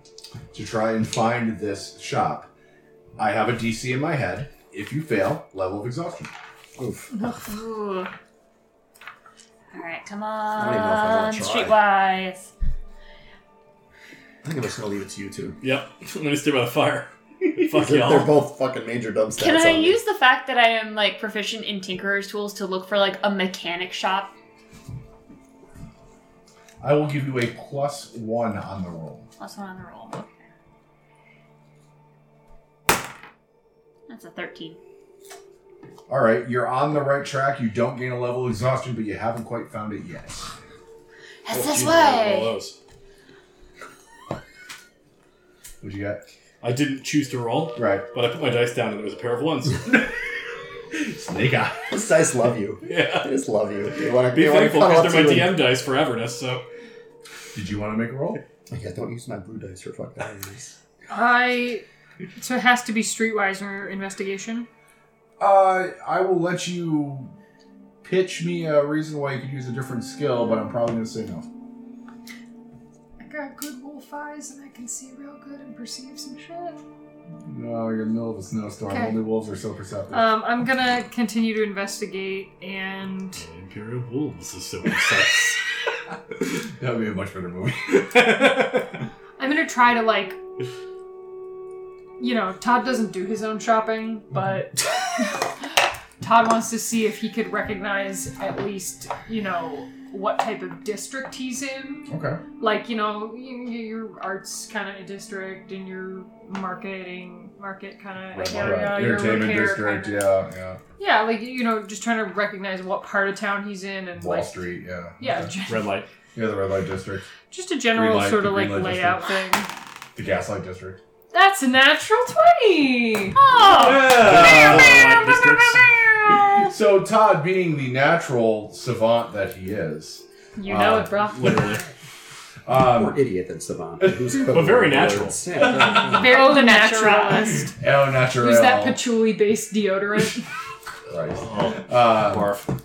S1: to try and find this shop. I have a DC in my head. If you fail, level of exhaustion.
S5: Oof.
S2: Ooh. All right, come
S5: don't even know if I wanna
S2: on,
S5: try.
S2: streetwise.
S5: I think I'm just gonna leave it to you two.
S3: Yep. [LAUGHS] I'm gonna stay by the
S2: [LAUGHS]
S3: fire. Fuck
S5: They're, they're
S3: y'all.
S5: both fucking major dumb stats.
S2: Can I
S5: on me.
S2: use the fact that I am like proficient in tinkerer's tools to look for like a mechanic shop?
S1: I will give you a plus one on the roll.
S2: Plus one on the roll. Okay. That's a thirteen.
S1: All right, you're on the right track. You don't gain a level of exhaustion, but you haven't quite found it yet.
S2: That's
S3: Oh,
S2: this
S3: geez, I roll
S2: way.
S3: those.
S1: What you got?
S3: I didn't choose to roll,
S1: Right.
S3: but I put my dice down and it was a pair
S2: [LAUGHS]
S3: of ones. [LAUGHS]
S1: Snake eye.
S5: These dice love you.
S3: yeah.
S5: They just love you. They want to
S3: Be
S5: they
S3: thankful
S5: want to
S3: because they're my DM dice for Everness, so.
S1: Did you want to make a roll?
S5: Yeah, don't use my blue dice
S1: [LAUGHS]
S5: for fucking enemies.
S4: I. So it has to be streetwise or investigation.
S1: Uh, I will let you pitch me a reason why you could use a different skill, but I'm probably going to say no.
S4: I got good wolf eyes and I can see real good and perceive some shit.
S1: No, you're in the middle of a snowstorm.
S4: Okay.
S1: Only wolves are so perceptive.
S4: Um, I'm gonna continue to investigate and
S3: Imperial Wolves is so precise.
S1: [LAUGHS]
S3: [LAUGHS]
S1: that would be a much better
S4: [LAUGHS]
S1: movie.
S4: I'm gonna try
S1: [LAUGHS]
S4: to like. You know, Todd doesn't do his own shopping,
S1: Mm-hmm.
S4: but
S1: [LAUGHS]
S4: Todd wants to see if he could recognize at least, you know, what type of district he's in.
S1: okay.
S4: like you know y- y- your arts kind of district and your marketing market kind of area, your
S1: Entertainment
S4: repair
S1: district.
S4: kinda-
S1: Yeah, yeah.
S4: yeah. like you know, just trying to recognize what part of town he's in and
S1: Wall
S4: like,
S1: Street. Yeah.
S4: Yeah,
S1: Okay.
S4: gen-
S3: Red light.
S1: Yeah, the red light district,
S4: just a general
S1: light,
S4: sort of like
S1: green light
S4: layout thing.
S1: the gaslight district.
S4: That's a natural twenty.
S2: Oh,
S3: Light districts.
S1: So Todd, being the natural savant that he is,
S4: You know
S1: Uh,
S4: it, bro.
S3: Literally.
S1: um,
S5: More idiot
S1: [LAUGHS]
S5: than Savant. Who's
S3: But very natural.
S5: Yeah,
S4: Very
S2: Oh,
S4: the
S2: naturalist.
S1: [LAUGHS]
S4: naturalist.
S1: El Natural.
S4: Who's that patchouli-based deodorant?
S1: Christ.
S3: Oh,
S1: Uh,
S3: barf.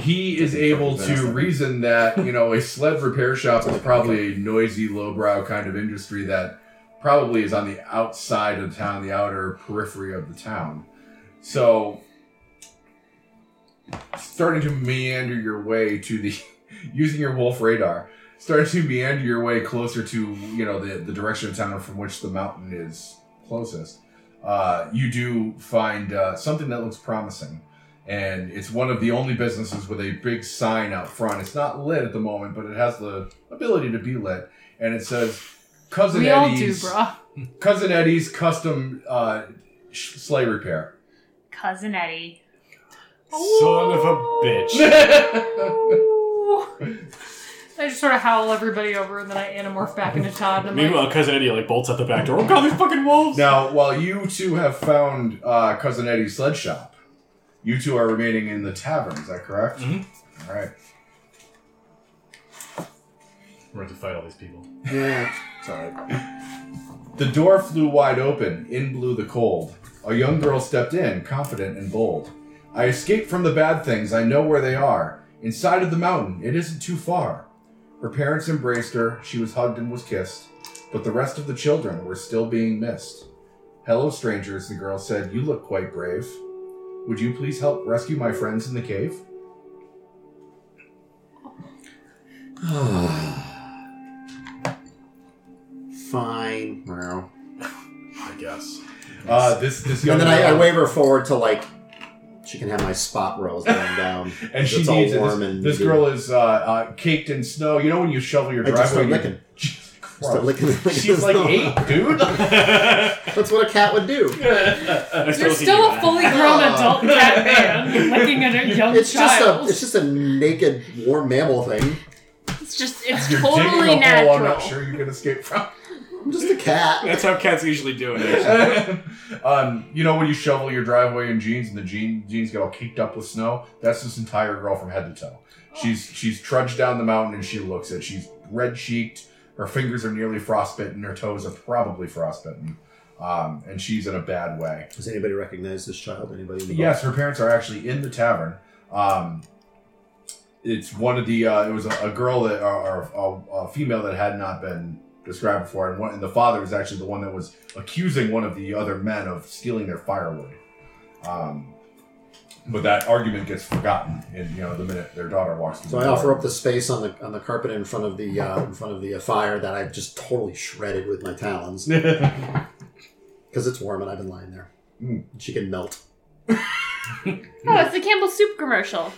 S1: he is able to reason that you know a sled repair shop is probably a noisy, lowbrow kind of industry that probably is on the outside of town, the outer periphery of the town. So, starting to meander your way to the [LAUGHS] using your wolf radar, starting to meander your way closer to you know the the direction of town from which the mountain is closest. Uh, you do find uh, something that looks promising and it's one of the only businesses with a big sign out front. It's not lit at the moment, but it has the ability to be lit, and it says "Cousin
S4: we all do,
S1: Eddie's
S4: bro.
S1: Cousin Eddie's Custom uh, sh- Sleigh Repair."
S2: cousin Eddie.
S3: [LAUGHS] Son of a [LAUGHS] bitch.
S4: I just sort of howl everybody over, and then I anamorph back into Todd. And I'm like,
S3: Meanwhile, cousin Eddie like bolts out the back door. Oh god, there's fucking [LAUGHS] wolves!
S1: now, while you two have found uh, Cousin Eddie's sled shop, you two are remaining in the tavern. Is that correct?
S3: Mhm.
S1: All right.
S3: We're going to fight all these people.
S5: sorry.
S1: The door flew wide open, in blew the cold. A young girl stepped in, confident and bold. I escaped from the bad things, I know where they are. Inside of the mountain, it isn't too far. Her parents embraced her, she was hugged and was kissed, but the rest of the children were still being missed. Hello, strangers, the girl said, you look quite brave. Would you please help rescue my friends in the cave?
S5: [SIGHS] Fine. Well.
S3: I guess.
S1: Uh, this, this young
S5: And then I, I
S1: girl-
S5: wave her forward to like she can have my spot rolls going down.
S1: [LAUGHS] and she
S5: It's all
S1: needs it.
S5: warm
S1: This,
S5: and
S1: this
S5: needy.
S1: girl is uh, uh, caked in snow. You know when you shovel your
S5: I just
S1: driveway,
S5: start
S1: you-
S5: licking.
S1: [LAUGHS] Jesus Christ.
S5: Start licking- licking [LAUGHS]
S1: She's
S5: the
S1: like
S5: snow.
S1: eight, dude.
S5: That's what a cat
S1: [LAUGHS]
S5: would do.
S3: I
S4: You're
S3: see
S4: still
S3: that.
S4: a fully grown adult cat man [LAUGHS] licking at a young
S5: It's just
S4: child.
S5: a it's just a naked warm mammal thing.
S2: It's just, it's
S1: You're [LAUGHS] digging
S2: totally
S1: a hole. I'm
S2: natural.
S1: not sure you can escape from.
S5: I'm just
S1: [LAUGHS]
S5: a cat.
S3: That's how cats usually do it. actually.
S1: um, you know when you shovel your driveway in jeans and the jean, jeans get all caked up with snow? That's this entire girl from head to toe. She's she's trudged down the mountain and she looks it. She's red cheeked. Her fingers are nearly frostbitten. Her toes are probably frostbitten. Um, and she's in a bad way.
S5: Does anybody recognize this child? Anybody? In the
S1: Yes, her parents are actually in the tavern. Um, it's one of the uh, it was a, a girl that or, or a, a female that had not been described before, and, one, and the father was actually the one that was accusing one of the other men of stealing their firewood. Um, but that argument gets forgotten, in you know the minute their daughter walks. through
S5: So
S1: the
S5: I
S1: door.
S5: offer up the space on the on the carpet in front of the uh, in front of the uh, fire that I've just totally shredded with my talons because it's warm and I've been lying there.
S1: Mm.
S5: She can melt.
S2: Oh, it's the Campbell soup commercial.